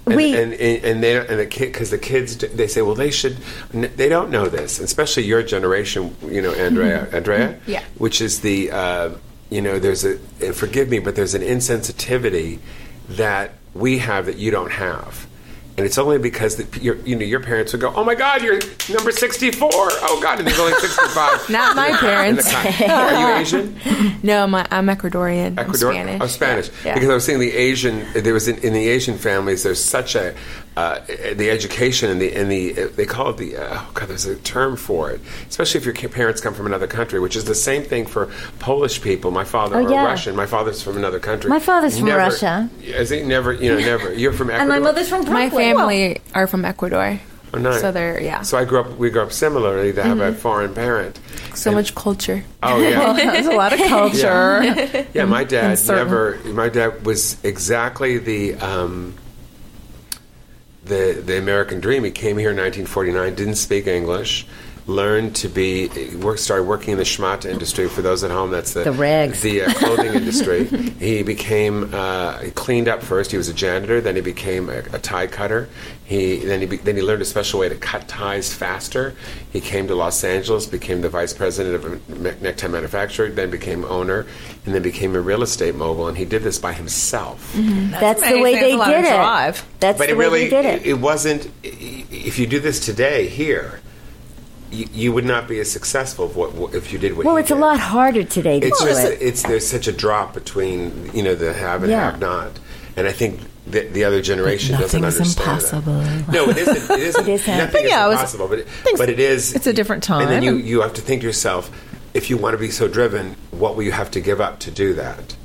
[SPEAKER 4] And,
[SPEAKER 2] We-
[SPEAKER 4] and and and they and the kid because the kids d- they say well they should n- they don't know this especially your generation you know Andrea Andrea
[SPEAKER 5] Mm-hmm. Yeah.
[SPEAKER 4] which is the uh, you know there's a and forgive me but there's an insensitivity that we have that you don't have and it's only because the, your, you know your parents would go oh my god you're number 64 oh god and there's only 65
[SPEAKER 5] Not my
[SPEAKER 4] In the con-
[SPEAKER 5] parents.
[SPEAKER 4] in the con- are you Asian
[SPEAKER 5] No, my, I'm Ecuadorian. I'm
[SPEAKER 4] Ecuador-
[SPEAKER 5] Spanish.
[SPEAKER 4] Oh, Spanish.
[SPEAKER 5] Yeah.
[SPEAKER 4] Because I was seeing the Asian. There was in, in the Asian families. There's such a uh, the education and the and the uh, they call it the uh, oh god. There's a term for it. Especially if your ki- parents come from another country, which is the same thing for Polish people. My father
[SPEAKER 2] Oh,
[SPEAKER 4] or
[SPEAKER 2] yeah.
[SPEAKER 4] Russian. My father's from another country.
[SPEAKER 2] My father's from
[SPEAKER 4] Never-
[SPEAKER 2] Russia.
[SPEAKER 4] Is he never? You know, never. You're from Ecuador.
[SPEAKER 2] and my mother's from Brooklyn.
[SPEAKER 5] My family are from Ecuador.
[SPEAKER 4] Oh, nice.
[SPEAKER 5] So they're, yeah.
[SPEAKER 4] So I grew up. We grew up similarly to have
[SPEAKER 2] Mm-hmm.
[SPEAKER 4] a foreign parent.
[SPEAKER 5] so much culture.
[SPEAKER 4] Oh yeah.
[SPEAKER 3] There's a lot of culture.
[SPEAKER 4] Yeah, my dad
[SPEAKER 3] certain-
[SPEAKER 4] never. My dad was exactly the um, the the American dream. He came here in 1949, didn't speak English, learned to be work, started working in the schmata industry. For those at home, that's the
[SPEAKER 2] The rags.
[SPEAKER 4] the uh, clothing industry. He became uh, he cleaned up first. He was a janitor, then he became a, a tie cutter. He then he be, then he learned a special way to cut ties faster. He came to Los Angeles, became the vice president of a ne- necktie manufacturer, then became owner, and then became a real estate mogul. And he did this by himself.
[SPEAKER 2] That's, the
[SPEAKER 3] amazing.
[SPEAKER 2] way
[SPEAKER 3] That's
[SPEAKER 2] they
[SPEAKER 3] a lot
[SPEAKER 2] did
[SPEAKER 3] of
[SPEAKER 2] it.
[SPEAKER 3] drive.
[SPEAKER 2] That's
[SPEAKER 4] But
[SPEAKER 2] the
[SPEAKER 4] it
[SPEAKER 2] way
[SPEAKER 4] really
[SPEAKER 2] they did it.
[SPEAKER 4] it wasn't. i- i- If you do this today here. You, you would not be as successful if, what, if you did what
[SPEAKER 2] well,
[SPEAKER 4] he
[SPEAKER 2] it's a
[SPEAKER 4] did.
[SPEAKER 2] lot harder today to
[SPEAKER 4] It's
[SPEAKER 2] do
[SPEAKER 4] just
[SPEAKER 2] it.
[SPEAKER 4] that it's there's such a drop between you know the have and
[SPEAKER 2] Yeah.
[SPEAKER 4] have not, and I think the, the other generation doesn't
[SPEAKER 6] nothing's
[SPEAKER 4] understand.
[SPEAKER 6] impossible.
[SPEAKER 4] That. No, it isn't. It isn't.
[SPEAKER 2] isn't.
[SPEAKER 4] Nothing
[SPEAKER 3] Yeah, I
[SPEAKER 4] is
[SPEAKER 3] was-
[SPEAKER 4] impossible, but it,
[SPEAKER 3] things-
[SPEAKER 4] but it is.
[SPEAKER 3] it's a different time.
[SPEAKER 4] and then you you have to think to yourself if you want to be so driven, what will you have to give up to do that?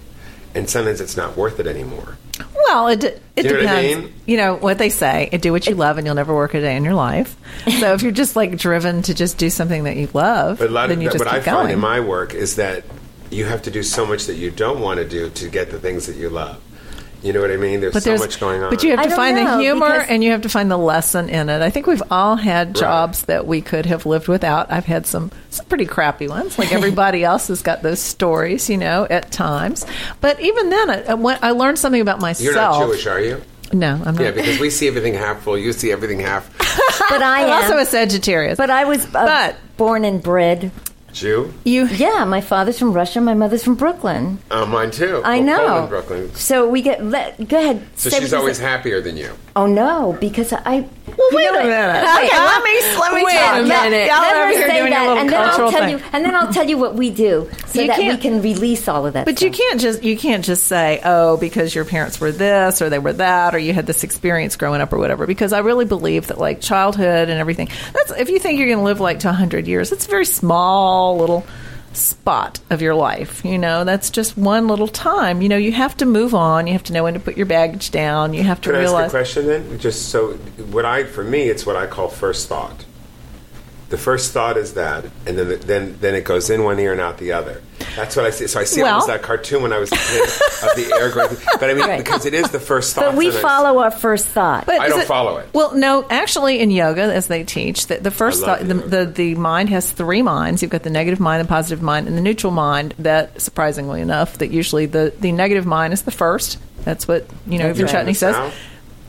[SPEAKER 4] And sometimes it's not worth it anymore.
[SPEAKER 3] Well, it it
[SPEAKER 4] You know what
[SPEAKER 3] depends.
[SPEAKER 4] I mean?
[SPEAKER 3] You know what they say: do what you love, and you'll never work a day in your life. So if you're just like driven to just do something that you love,
[SPEAKER 4] But a lot
[SPEAKER 3] then
[SPEAKER 4] of
[SPEAKER 3] you
[SPEAKER 4] that,
[SPEAKER 3] just
[SPEAKER 4] what
[SPEAKER 3] keep
[SPEAKER 4] I
[SPEAKER 3] going.
[SPEAKER 4] find in my work is that you have to do so much that you don't want to do to get the things that you love. You know what I mean? There's
[SPEAKER 3] but
[SPEAKER 4] so
[SPEAKER 3] there's
[SPEAKER 4] much going on.
[SPEAKER 3] But you
[SPEAKER 2] I
[SPEAKER 3] have to
[SPEAKER 2] don't
[SPEAKER 3] find
[SPEAKER 2] know,
[SPEAKER 3] the humor
[SPEAKER 2] because-
[SPEAKER 3] and you have to find the lesson in it. I think we've all had jobs that we could have lived without. I've had some some pretty crappy ones. Like everybody else has got those stories, you know, at times. But even then, I, I went- I learned something about myself.
[SPEAKER 4] You're not Jewish, are you?
[SPEAKER 3] No, I'm not.
[SPEAKER 4] Yeah, because we see everything half full. You see everything half
[SPEAKER 2] but I
[SPEAKER 3] I'm
[SPEAKER 2] am.
[SPEAKER 3] also a Sagittarius.
[SPEAKER 2] but I was uh,
[SPEAKER 3] But-
[SPEAKER 2] born and bred.
[SPEAKER 4] Jew.
[SPEAKER 3] you
[SPEAKER 2] Yeah, my father's from Russia. My mother's from Brooklyn.
[SPEAKER 4] Oh, mine too.
[SPEAKER 2] I
[SPEAKER 4] Well,
[SPEAKER 2] know.
[SPEAKER 4] Poland, Brooklyn.
[SPEAKER 2] So we get. Let, go ahead.
[SPEAKER 4] So
[SPEAKER 2] say what
[SPEAKER 4] she's
[SPEAKER 2] you
[SPEAKER 4] always
[SPEAKER 2] said.
[SPEAKER 4] happier than you.
[SPEAKER 2] Oh no, because I. Well,
[SPEAKER 3] wait uh, a minute. Okay, let me let me
[SPEAKER 5] Wait
[SPEAKER 3] talk.
[SPEAKER 5] a minute.
[SPEAKER 3] Y'all
[SPEAKER 2] Let
[SPEAKER 3] over
[SPEAKER 2] her
[SPEAKER 3] here
[SPEAKER 2] say
[SPEAKER 3] doing your
[SPEAKER 2] that,
[SPEAKER 3] little
[SPEAKER 2] and then I'll
[SPEAKER 3] cultural
[SPEAKER 2] tell
[SPEAKER 3] thing.
[SPEAKER 2] you, and then I'll tell you what we do, so
[SPEAKER 3] You
[SPEAKER 2] that we
[SPEAKER 3] can't-
[SPEAKER 2] can release all of that.
[SPEAKER 3] But you can't just you can't just say oh because your parents were this or they were that or you had this experience growing up or whatever because I really believe that like childhood and everything that's if you think you're going to live like to 100 years it's a very small little spot of your life you know that's just one little time you know you have to move on you have to know when to put your baggage down you have to
[SPEAKER 4] Can I ask a
[SPEAKER 3] realize
[SPEAKER 4] question then? Just so what I for me, it's what I call first thought. The first thought is that, and then then then it goes in one ear and out the other. That's what I see. So I see
[SPEAKER 3] Well-
[SPEAKER 4] almost that cartoon when I was a kid of the air going. But I mean,
[SPEAKER 2] Right.
[SPEAKER 4] because it is the first thought.
[SPEAKER 2] But we
[SPEAKER 4] that I-
[SPEAKER 2] follow our first thought.
[SPEAKER 3] But
[SPEAKER 4] I
[SPEAKER 3] is
[SPEAKER 4] don't follow it.
[SPEAKER 3] Well, no, actually, in yoga, as they teach, that the first
[SPEAKER 4] I love
[SPEAKER 3] thought, the,
[SPEAKER 4] yoga.
[SPEAKER 3] the the mind has three minds. You've got the negative mind, the positive mind, and the neutral mind. That surprisingly enough, that usually the the negative mind is the first. That's what you know. Even
[SPEAKER 4] You're from the
[SPEAKER 3] Chutney says.
[SPEAKER 4] South?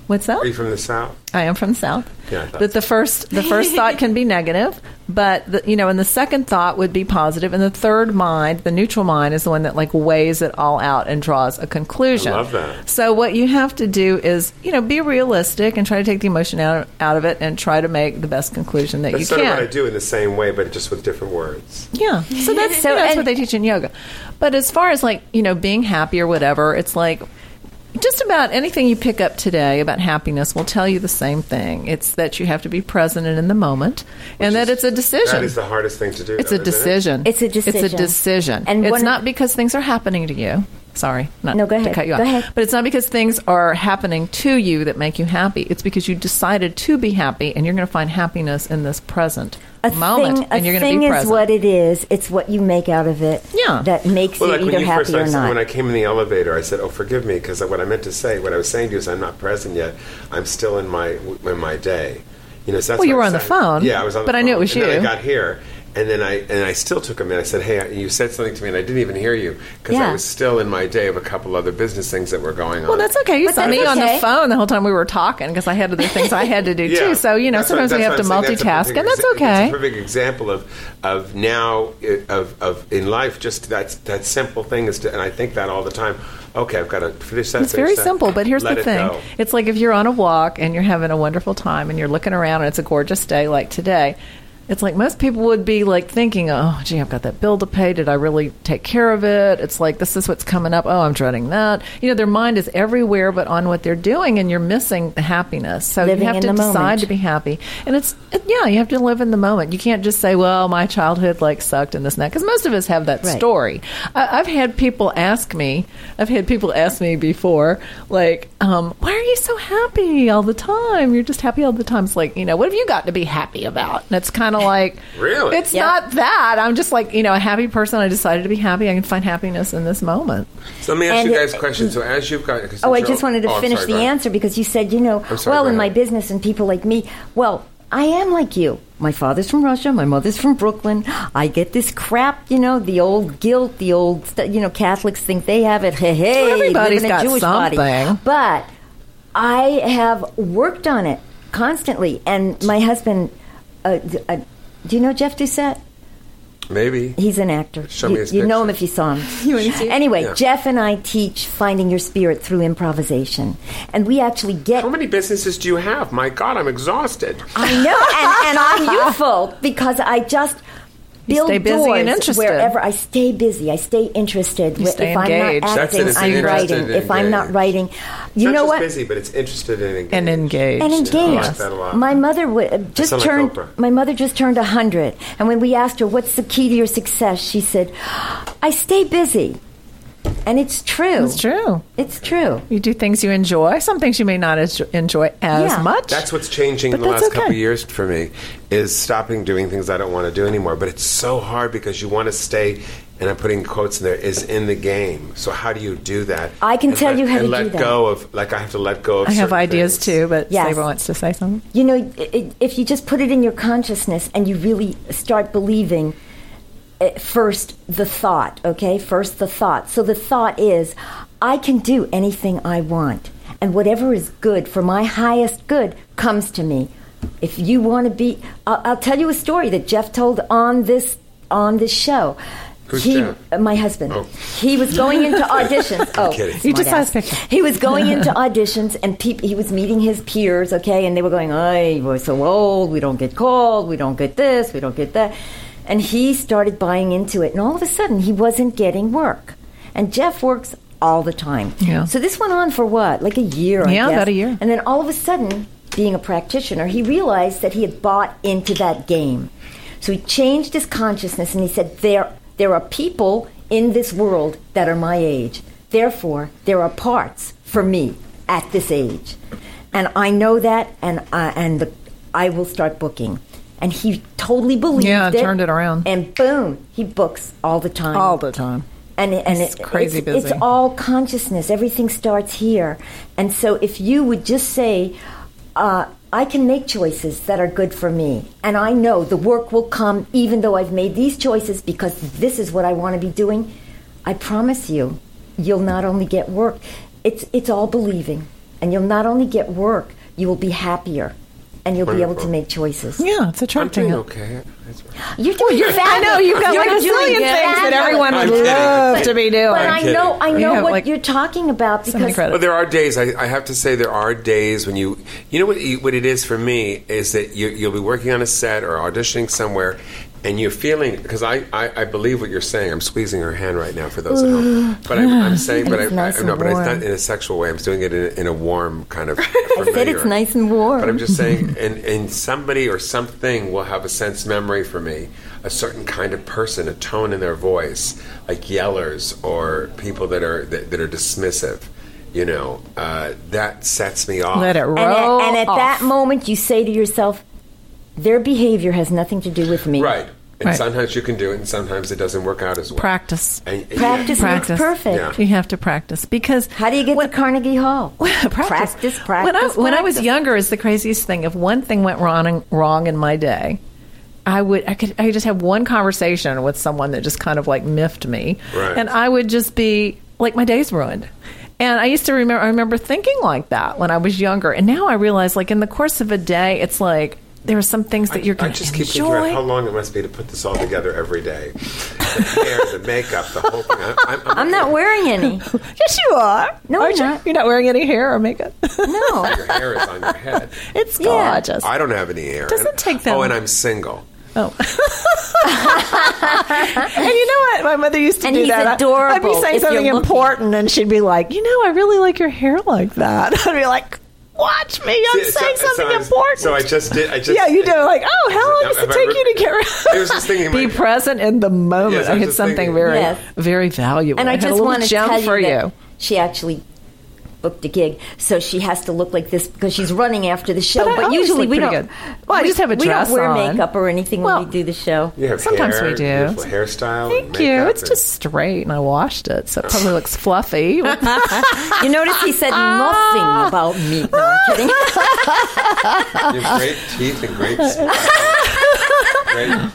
[SPEAKER 3] What's
[SPEAKER 4] Are you
[SPEAKER 3] that?
[SPEAKER 4] from the south?
[SPEAKER 3] I am from the South.
[SPEAKER 4] Yeah, I thought
[SPEAKER 3] that the first the first thought can be negative, but the, you know, and the second thought would be positive, and the third mind, the neutral mind, is the one that like weighs it all out and draws a conclusion.
[SPEAKER 4] I love that.
[SPEAKER 3] So what you have to do is you know be realistic and try to take the emotion out out of it and try to make the best conclusion that
[SPEAKER 4] That's
[SPEAKER 3] you
[SPEAKER 4] sort
[SPEAKER 3] can.
[SPEAKER 4] of what I do in the same way, but just with different words.
[SPEAKER 3] Yeah. So that's
[SPEAKER 2] So,
[SPEAKER 3] you know, that's
[SPEAKER 2] and-
[SPEAKER 3] what they teach in yoga. But as far as like, you know, being happy or whatever, it's like just about anything you pick up today about happiness will tell you the same thing. It's that you have to be present and in the moment and that it's a decision.
[SPEAKER 4] That is the hardest thing to do.
[SPEAKER 3] it's
[SPEAKER 4] though,
[SPEAKER 3] a
[SPEAKER 4] isn't it?
[SPEAKER 3] decision.
[SPEAKER 2] It's a
[SPEAKER 3] It's a
[SPEAKER 2] decision.
[SPEAKER 3] decision.
[SPEAKER 2] And
[SPEAKER 3] it's
[SPEAKER 2] one-
[SPEAKER 3] not because things are happening to you. Sorry, not
[SPEAKER 2] No, go
[SPEAKER 3] to
[SPEAKER 2] ahead.
[SPEAKER 3] cut you off.
[SPEAKER 2] Go ahead.
[SPEAKER 3] But it's not because things are happening to you that make you happy. It's because you decided to be happy, and you're going to find happiness in this present
[SPEAKER 2] A
[SPEAKER 3] moment,
[SPEAKER 2] thing, a
[SPEAKER 3] and you're going
[SPEAKER 2] thing
[SPEAKER 3] to be
[SPEAKER 2] is
[SPEAKER 3] present.
[SPEAKER 2] what it is. It's what you make out of it.
[SPEAKER 3] Yeah.
[SPEAKER 2] that makes
[SPEAKER 4] Well,
[SPEAKER 2] you
[SPEAKER 4] like
[SPEAKER 2] either
[SPEAKER 4] when you
[SPEAKER 2] happy
[SPEAKER 4] first,
[SPEAKER 2] or
[SPEAKER 4] I,
[SPEAKER 2] not.
[SPEAKER 4] when I came in the elevator, I said, "Oh, forgive me," because what I meant to say, what I was saying to you is, I'm not present yet. I'm still in my in my day. You know, so that's
[SPEAKER 3] Well, you
[SPEAKER 4] what
[SPEAKER 3] were
[SPEAKER 4] I
[SPEAKER 3] on the
[SPEAKER 4] said.
[SPEAKER 3] phone,
[SPEAKER 4] Yeah, I was on. the
[SPEAKER 3] but I
[SPEAKER 4] phone.
[SPEAKER 3] knew it was
[SPEAKER 4] and Then
[SPEAKER 3] you.
[SPEAKER 4] I got here, and then I and I still took a minute. I said, "Hey, I- you said something to me, and I didn't even hear you because
[SPEAKER 2] Yeah.
[SPEAKER 4] I was still in my day of a couple other business things that were going on."
[SPEAKER 3] Well, that's okay. You
[SPEAKER 2] But
[SPEAKER 3] saw
[SPEAKER 2] that's
[SPEAKER 3] me on the
[SPEAKER 2] okay.
[SPEAKER 3] phone the whole time we were talking because I had other things I had to do too. So you know,
[SPEAKER 4] That's what-
[SPEAKER 3] sometimes we
[SPEAKER 4] that's
[SPEAKER 3] have to
[SPEAKER 4] what I'm saying. That's a
[SPEAKER 3] multitask,
[SPEAKER 4] perfect
[SPEAKER 3] and that's
[SPEAKER 4] exa-
[SPEAKER 3] okay.
[SPEAKER 4] It's a perfect example of of now uh, of of in life. Just that that simple thing is, to, and I think that all the time. Okay, I've got to finish that.
[SPEAKER 3] It's
[SPEAKER 4] finish
[SPEAKER 3] very
[SPEAKER 4] that,
[SPEAKER 3] simple, but here's
[SPEAKER 4] let
[SPEAKER 3] the
[SPEAKER 4] it
[SPEAKER 3] thing.
[SPEAKER 4] go.
[SPEAKER 3] It's like if you're on a walk and you're having a wonderful time and you're looking around and it's a gorgeous day like today. It's like most people would be like thinking, "Oh, gee, I've got that bill to pay. Did I really take care of it?" It's like this is what's coming up. Oh, I'm dreading that. You know, their mind is everywhere but on what they're doing, and you're missing the happiness. So
[SPEAKER 2] Living
[SPEAKER 3] you have
[SPEAKER 2] in
[SPEAKER 3] to
[SPEAKER 2] the
[SPEAKER 3] decide
[SPEAKER 2] moment.
[SPEAKER 3] to be happy, and it's it- yeah, you have to live in the moment. You can't just say, "Well, my childhood like sucked," and this and that, because most of us have that
[SPEAKER 2] Right.
[SPEAKER 3] story story. I, I've had people ask me, I've had people ask me before, like, um, why are you so happy all the time? You're just happy all the time. It's like, you know, what have you got to be happy about? And it's kind of like,
[SPEAKER 4] Really?
[SPEAKER 3] It's
[SPEAKER 2] Yeah.
[SPEAKER 3] not that. I'm just like, you know, a happy person. I decided to be happy. I can find happiness in this moment.
[SPEAKER 4] So let me ask
[SPEAKER 2] And
[SPEAKER 4] you
[SPEAKER 2] it-
[SPEAKER 4] guys a question. So as you've got,
[SPEAKER 2] Oh, I just wanted to finish the answer because you said, you know,
[SPEAKER 4] I'm sorry,
[SPEAKER 2] well,
[SPEAKER 4] go
[SPEAKER 2] in my
[SPEAKER 4] ahead.
[SPEAKER 2] business and people like me, well, I am like you. My father's from Russia. My mother's from Brooklyn. I get this crap, you know, the old guilt, the old, st- you know, Catholics think they have it. Hey, hey,
[SPEAKER 3] Everybody's
[SPEAKER 2] live in a
[SPEAKER 3] got
[SPEAKER 2] Jewish
[SPEAKER 3] something.
[SPEAKER 2] body. But I have worked on it constantly, and my husband. Uh, d- uh, do you know Jeff Doucette?
[SPEAKER 4] Maybe.
[SPEAKER 2] He's an actor.
[SPEAKER 4] Show
[SPEAKER 2] you,
[SPEAKER 4] me his
[SPEAKER 2] you know
[SPEAKER 4] picture.
[SPEAKER 2] him if you saw him.
[SPEAKER 5] You want me to?
[SPEAKER 2] Anyway,
[SPEAKER 4] Yeah.
[SPEAKER 2] Jeff and I teach finding your spirit through improvisation, and we actually get.
[SPEAKER 3] Oh
[SPEAKER 4] How many businesses do you have? My God, I'm exhausted.
[SPEAKER 2] I know, and, and I'm youthful because I just. Build
[SPEAKER 3] stay busy
[SPEAKER 2] doors
[SPEAKER 3] and interested.
[SPEAKER 2] wherever I stay busy, I stay interested. Wh-
[SPEAKER 3] stay
[SPEAKER 2] if
[SPEAKER 3] engaged.
[SPEAKER 2] I'm not
[SPEAKER 3] That's
[SPEAKER 4] it,
[SPEAKER 2] acting,
[SPEAKER 4] it's
[SPEAKER 2] I'm
[SPEAKER 4] interested
[SPEAKER 2] writing.
[SPEAKER 4] and
[SPEAKER 2] If I'm not
[SPEAKER 4] engaged.
[SPEAKER 2] writing, you
[SPEAKER 4] Not
[SPEAKER 2] know
[SPEAKER 4] just
[SPEAKER 2] what?
[SPEAKER 4] busy, but it's interested and engaged.
[SPEAKER 3] And engaged.
[SPEAKER 2] and engaged.
[SPEAKER 4] I like that a lot.
[SPEAKER 2] My mother w- uh, just
[SPEAKER 4] sound like
[SPEAKER 2] turned.
[SPEAKER 4] Oprah.
[SPEAKER 2] my mother just turned hundred, and when we asked her what's the key to your success, she said, "I stay busy," and it's true.
[SPEAKER 3] It's true.
[SPEAKER 2] It's true.
[SPEAKER 3] You do things you enjoy, some things you may not as, enjoy as
[SPEAKER 2] Yeah.
[SPEAKER 3] much.
[SPEAKER 4] That's what's changing
[SPEAKER 3] But
[SPEAKER 4] in the
[SPEAKER 3] that's
[SPEAKER 4] last couple
[SPEAKER 3] okay.
[SPEAKER 4] of years for me is stopping doing things I don't want to do anymore. But it's so hard because you want to stay, and I'm putting quotes in there, is in the game. So how do you do that?
[SPEAKER 2] I can
[SPEAKER 4] And
[SPEAKER 2] tell
[SPEAKER 4] let-
[SPEAKER 2] you how
[SPEAKER 4] and
[SPEAKER 2] to
[SPEAKER 4] let
[SPEAKER 2] do that.
[SPEAKER 4] go of like I have to let go of.
[SPEAKER 3] I have
[SPEAKER 4] certain
[SPEAKER 3] ideas
[SPEAKER 4] things.
[SPEAKER 3] too, but
[SPEAKER 2] Yes.
[SPEAKER 3] Saber wants to say something.
[SPEAKER 2] You know, i- i- if you just put it in your consciousness and you really start believing uh, first the thought, okay? First the thought. So the thought is, I can do anything I want, and whatever is good for my highest good comes to me. If you want to be, I'll, I'll tell you a story that Jeff told on this on this show.
[SPEAKER 4] Who's
[SPEAKER 2] he,
[SPEAKER 4] Jeff?
[SPEAKER 2] uh, my husband.
[SPEAKER 4] Oh.
[SPEAKER 2] He was going into auditions. Oh,
[SPEAKER 4] kidding.
[SPEAKER 3] You just
[SPEAKER 2] smartass.
[SPEAKER 3] saw his picture.
[SPEAKER 2] He was going into auditions, and peop- he was meeting his peers, okay, and they were going, "Ay, we're so old. We don't get called. We don't get this. We don't get that." And he started buying into it, and all of a sudden, he wasn't getting work. And Jeff works all the time.
[SPEAKER 3] Yeah.
[SPEAKER 2] So this went on for what, like a year? I
[SPEAKER 3] Yeah,
[SPEAKER 2] guess.
[SPEAKER 3] about a year.
[SPEAKER 2] And then all of a sudden, being a practitioner, he realized that he had bought into that game. So he changed his consciousness and he said, There, there are people in this world that are my age. Therefore, there are parts for me at this age. And I know that, and, I and the, I will start booking. And he totally believed
[SPEAKER 3] Yeah,
[SPEAKER 2] it.
[SPEAKER 3] turned it around.
[SPEAKER 2] And boom, he books all the time
[SPEAKER 3] All the time.
[SPEAKER 2] and it, and
[SPEAKER 3] It's
[SPEAKER 2] it-
[SPEAKER 3] crazy
[SPEAKER 2] it's,
[SPEAKER 3] busy.
[SPEAKER 2] it's all consciousness. Everything starts here, and so if you would just say, uh, "I can make choices that are good for me," and I know the work will come, even though I've made these choices because this is what I want to be doing. I promise you, you'll not only get work. It's it's all believing, and you'll not only get work. You will be happier, and you'll be able to
[SPEAKER 4] Wonderful.
[SPEAKER 2] make choices.
[SPEAKER 3] Yeah, it's
[SPEAKER 4] I'm
[SPEAKER 3] attracting
[SPEAKER 4] doing
[SPEAKER 3] it.
[SPEAKER 4] okay. That's right.
[SPEAKER 2] You're doing
[SPEAKER 3] I know you've got
[SPEAKER 2] You're
[SPEAKER 3] like a
[SPEAKER 2] doing
[SPEAKER 3] zillion things that
[SPEAKER 2] fabulous.
[SPEAKER 3] everyone
[SPEAKER 4] I'm
[SPEAKER 3] would
[SPEAKER 4] kidding.
[SPEAKER 3] love
[SPEAKER 4] But-
[SPEAKER 3] to be doing.
[SPEAKER 2] But
[SPEAKER 4] I'm
[SPEAKER 2] I
[SPEAKER 4] kidding.
[SPEAKER 2] know, I
[SPEAKER 4] You
[SPEAKER 2] know
[SPEAKER 3] have,
[SPEAKER 2] what
[SPEAKER 3] like,
[SPEAKER 2] you're talking about
[SPEAKER 3] many
[SPEAKER 2] because
[SPEAKER 4] But
[SPEAKER 3] credits.
[SPEAKER 4] there are days. I, I have to say there are days when you, you know what you- what it is for me is that you, you'll be working on a set or auditioning somewhere, and you're feeling because I, I, I believe what you're saying. I'm squeezing her hand right now for those at home. But I'm, I'm saying, but I,
[SPEAKER 2] It's nice
[SPEAKER 4] I, no,
[SPEAKER 2] and
[SPEAKER 4] but it's
[SPEAKER 2] warm.
[SPEAKER 4] not in a sexual way. I'm doing it in, in a warm kind of.
[SPEAKER 2] I said it's
[SPEAKER 4] familiar.
[SPEAKER 2] nice and warm.
[SPEAKER 4] But I'm just saying, and, and somebody or something will have a sense memory for me, a certain kind of person, a tone in their voice, like yellers or people that are that, that are dismissive. You know, uh, that sets me off.
[SPEAKER 3] Let it roll.
[SPEAKER 2] and at, and at
[SPEAKER 3] off.
[SPEAKER 2] that moment, you say to yourself, "Their behavior has nothing to do with me."
[SPEAKER 4] Right. And
[SPEAKER 3] Right.
[SPEAKER 4] sometimes you can do it, and sometimes it doesn't work out as well.
[SPEAKER 3] practice.
[SPEAKER 4] And- and yeah.
[SPEAKER 2] Practice,
[SPEAKER 3] Practice.
[SPEAKER 2] makes perfect.
[SPEAKER 4] Yeah.
[SPEAKER 3] You have to practice because
[SPEAKER 2] How do you get
[SPEAKER 3] when-
[SPEAKER 2] to Carnegie Hall? practice, practice.
[SPEAKER 3] When I, when I was
[SPEAKER 2] practice.
[SPEAKER 3] younger, it's the craziest thing. If one thing went wrong wrong in my day, I would I could I just have one conversation with someone that just kind of like miffed me,
[SPEAKER 4] Right.
[SPEAKER 3] and I would just be like my day's ruined. And I used to remember I remember thinking like that when I was younger, and now I realize like in the course of a day, it's like there are some things that you're
[SPEAKER 4] I
[SPEAKER 3] going to
[SPEAKER 4] just
[SPEAKER 3] enjoy.
[SPEAKER 4] keep thinking about how long it must be to put this all together every day. The hair, the makeup, the whole thing. I, I'm, I'm,
[SPEAKER 2] I'm not wearing any.
[SPEAKER 3] yes, you are.
[SPEAKER 2] No,
[SPEAKER 3] Aren't
[SPEAKER 2] I'm
[SPEAKER 3] you?
[SPEAKER 2] not.
[SPEAKER 3] You're not wearing any hair or makeup.
[SPEAKER 2] No.
[SPEAKER 4] Your hair is on your head.
[SPEAKER 3] it's
[SPEAKER 2] Yeah.
[SPEAKER 3] gorgeous.
[SPEAKER 4] I don't have any hair.
[SPEAKER 3] Doesn't
[SPEAKER 4] And-
[SPEAKER 3] take that
[SPEAKER 4] Oh, and
[SPEAKER 3] long.
[SPEAKER 4] I'm single.
[SPEAKER 3] Oh. and you know what? My mother used to
[SPEAKER 2] And
[SPEAKER 3] do
[SPEAKER 2] he's
[SPEAKER 3] that. I- I'd be
[SPEAKER 2] adorable
[SPEAKER 3] saying
[SPEAKER 2] if you're
[SPEAKER 3] something
[SPEAKER 2] looking.
[SPEAKER 3] important, and she'd be like, "You know, I really like your hair like that." I'd be like, "Watch me! I'm
[SPEAKER 4] Yeah, so-
[SPEAKER 3] saying
[SPEAKER 4] so
[SPEAKER 3] something
[SPEAKER 4] I was-
[SPEAKER 3] important."
[SPEAKER 4] So I just did. I just
[SPEAKER 3] yeah, you do. Like, oh, how long
[SPEAKER 4] I-
[SPEAKER 3] does it
[SPEAKER 4] I
[SPEAKER 3] take
[SPEAKER 4] re-
[SPEAKER 3] you to get rid?
[SPEAKER 4] I was just thinking,
[SPEAKER 3] be
[SPEAKER 4] like-
[SPEAKER 3] present in the moment.
[SPEAKER 4] Yes, I
[SPEAKER 3] I,
[SPEAKER 4] was
[SPEAKER 3] had
[SPEAKER 4] just
[SPEAKER 3] something
[SPEAKER 4] thinking-
[SPEAKER 3] very,
[SPEAKER 2] Yes.
[SPEAKER 3] very valuable.
[SPEAKER 2] And I,
[SPEAKER 3] had a
[SPEAKER 2] just
[SPEAKER 3] little
[SPEAKER 2] want to
[SPEAKER 3] gem
[SPEAKER 2] tell you,
[SPEAKER 3] for
[SPEAKER 2] that she actually booked a gig, so she has to look like this because she's running after the show.
[SPEAKER 3] But I
[SPEAKER 2] But,
[SPEAKER 3] always
[SPEAKER 2] usually
[SPEAKER 3] look
[SPEAKER 2] we don't.
[SPEAKER 3] pretty good. Well, I
[SPEAKER 2] we-
[SPEAKER 3] just have a
[SPEAKER 2] we
[SPEAKER 3] dress
[SPEAKER 2] don't wear
[SPEAKER 3] on.
[SPEAKER 2] makeup or anything
[SPEAKER 3] Well-
[SPEAKER 2] when we do the show.
[SPEAKER 4] You have
[SPEAKER 3] Sometimes
[SPEAKER 4] hair,
[SPEAKER 3] we do.
[SPEAKER 4] beautiful Hairstyle. and
[SPEAKER 3] Thank you.
[SPEAKER 4] makeup
[SPEAKER 3] It's
[SPEAKER 4] and-
[SPEAKER 3] just straight, and I washed it, so it probably looks fluffy.
[SPEAKER 2] You notice he said nothing about me. No, I'm kidding.
[SPEAKER 4] You have great teeth and great. smile. great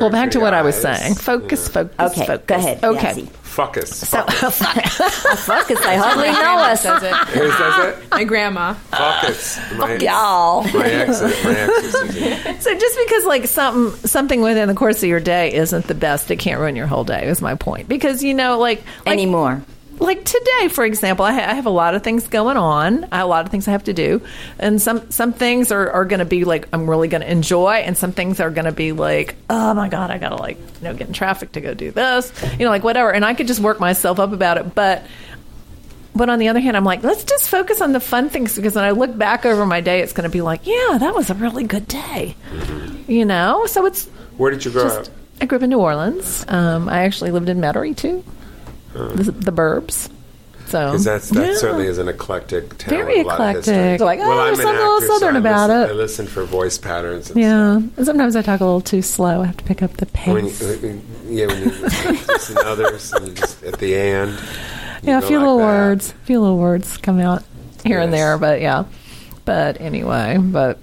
[SPEAKER 3] well, back to what I was
[SPEAKER 4] eyes.
[SPEAKER 3] saying. Focus, focus,
[SPEAKER 2] Okay,
[SPEAKER 3] focus.
[SPEAKER 2] go ahead.
[SPEAKER 3] Okay.
[SPEAKER 2] Yassi.
[SPEAKER 4] Fuckus.
[SPEAKER 3] So,
[SPEAKER 2] Fuck us, I hardly
[SPEAKER 5] My
[SPEAKER 2] know
[SPEAKER 5] grandma
[SPEAKER 2] us.
[SPEAKER 5] says it.
[SPEAKER 4] Who says it?
[SPEAKER 5] My grandma.
[SPEAKER 4] Fuckus. My,
[SPEAKER 2] Y'all.
[SPEAKER 4] my accent. My accent. Susan.
[SPEAKER 3] so just because like something something within the course of your day isn't the best, it can't ruin your whole day. Is my point because you know like like,
[SPEAKER 2] Anymore.
[SPEAKER 3] like today, for example, I, ha- I have a lot of things going on. I have a lot of things I have to do, and some some things are, are going to be like I'm really going to enjoy, and some things are going to be like, oh my god, I got to like you know get in traffic to go do this, you know, like whatever. And I could just work myself up about it, but. But on the other hand, I'm like, let's just focus on the fun things because when I look back over my day, it's going to be like, yeah, that was a really good day, you know. So it's
[SPEAKER 4] Where did you grow
[SPEAKER 3] just
[SPEAKER 4] up?
[SPEAKER 3] I grew up in New Orleans. Um, I actually lived in Metairie too, the, the Burbs. So
[SPEAKER 4] Because that's that
[SPEAKER 3] Yeah.
[SPEAKER 4] certainly is an eclectic town.
[SPEAKER 3] Very
[SPEAKER 4] with a lot of history.
[SPEAKER 3] eclectic. Like, oh, there's
[SPEAKER 4] an
[SPEAKER 3] something a little
[SPEAKER 4] actor, so
[SPEAKER 3] southern
[SPEAKER 4] I
[SPEAKER 3] about
[SPEAKER 4] listen,
[SPEAKER 3] it.
[SPEAKER 4] I listen for voice patterns. And
[SPEAKER 3] yeah. And sometimes I talk a little too slow. I have to pick up the
[SPEAKER 4] stuff. When,
[SPEAKER 3] pace.
[SPEAKER 4] you- when, you- yeah, when you listen to others and you just at the end. you
[SPEAKER 3] yeah, a
[SPEAKER 4] go
[SPEAKER 3] few
[SPEAKER 4] like
[SPEAKER 3] little
[SPEAKER 4] that.
[SPEAKER 3] words, a few little words come out here and
[SPEAKER 4] Yes.
[SPEAKER 3] there. But yeah. But anyway, but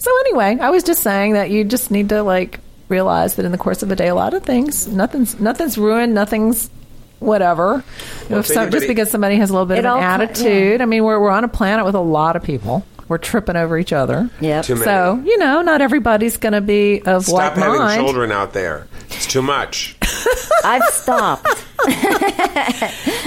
[SPEAKER 3] so anyway, I was just saying that you just need to like realize that in the course of a day, a lot of things, nothing's nothing's ruined, nothing's whatever.
[SPEAKER 4] Well,
[SPEAKER 3] if some,
[SPEAKER 4] if
[SPEAKER 3] just
[SPEAKER 4] anybody-
[SPEAKER 3] because somebody has a little bit
[SPEAKER 2] It
[SPEAKER 3] of an
[SPEAKER 2] all co-
[SPEAKER 3] attitude, I mean, we're we're on a planet with a lot of people. We're tripping over each other.
[SPEAKER 2] Yep.
[SPEAKER 4] Too many.
[SPEAKER 3] So you know, not everybody's going to be of
[SPEAKER 4] Stop
[SPEAKER 3] like
[SPEAKER 4] having
[SPEAKER 3] mind.
[SPEAKER 4] children out there. It's too much.
[SPEAKER 2] I've stopped.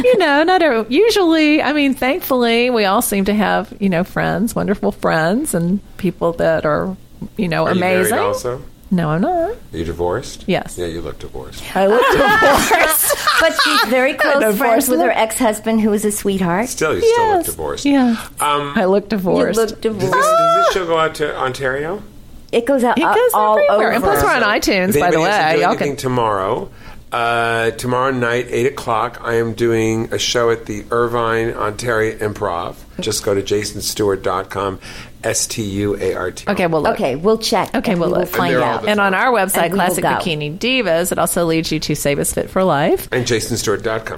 [SPEAKER 3] You know, not every, usually. I mean, thankfully, we all seem to have you know friends, wonderful friends, and people that are you know
[SPEAKER 4] Are you married
[SPEAKER 3] amazing.
[SPEAKER 4] also?
[SPEAKER 3] No, I'm not.
[SPEAKER 4] Are you divorced?
[SPEAKER 3] Yes.
[SPEAKER 4] Yeah, you look divorced.
[SPEAKER 2] I look divorced. but she's very close friends with her ex-husband, who is a sweetheart.
[SPEAKER 4] Still, you still look
[SPEAKER 3] Yes.
[SPEAKER 4] divorced.
[SPEAKER 3] Yeah,
[SPEAKER 4] Um,
[SPEAKER 3] I look
[SPEAKER 2] You
[SPEAKER 3] divorced.
[SPEAKER 2] look
[SPEAKER 4] does,
[SPEAKER 2] divorced.
[SPEAKER 4] this, does this show go out to Ontario?
[SPEAKER 2] It goes out
[SPEAKER 3] it
[SPEAKER 2] uh,
[SPEAKER 3] goes
[SPEAKER 2] all
[SPEAKER 3] everywhere, and
[SPEAKER 2] over.
[SPEAKER 3] plus we're on iTunes.
[SPEAKER 4] If
[SPEAKER 3] By the
[SPEAKER 4] anybody doesn't do
[SPEAKER 3] way, y'all
[SPEAKER 4] anything
[SPEAKER 3] can.
[SPEAKER 4] tomorrow. Uh, tomorrow night, eight o'clock, I am doing a show at the Irvine Ontario Improv. Just go to jasonstewart.com, S T U A R T.
[SPEAKER 3] Okay, well, look.
[SPEAKER 2] Okay, we'll check.
[SPEAKER 3] Okay,
[SPEAKER 2] and
[SPEAKER 3] we'll
[SPEAKER 2] we will
[SPEAKER 3] look. And
[SPEAKER 2] find
[SPEAKER 4] they're all
[SPEAKER 2] out.
[SPEAKER 4] the-
[SPEAKER 3] And on our website,
[SPEAKER 2] And we will
[SPEAKER 3] Classic
[SPEAKER 2] go.
[SPEAKER 3] Bikini Divas, it also leads you to Save Us Fit for Life.
[SPEAKER 4] and jasonstewart.com.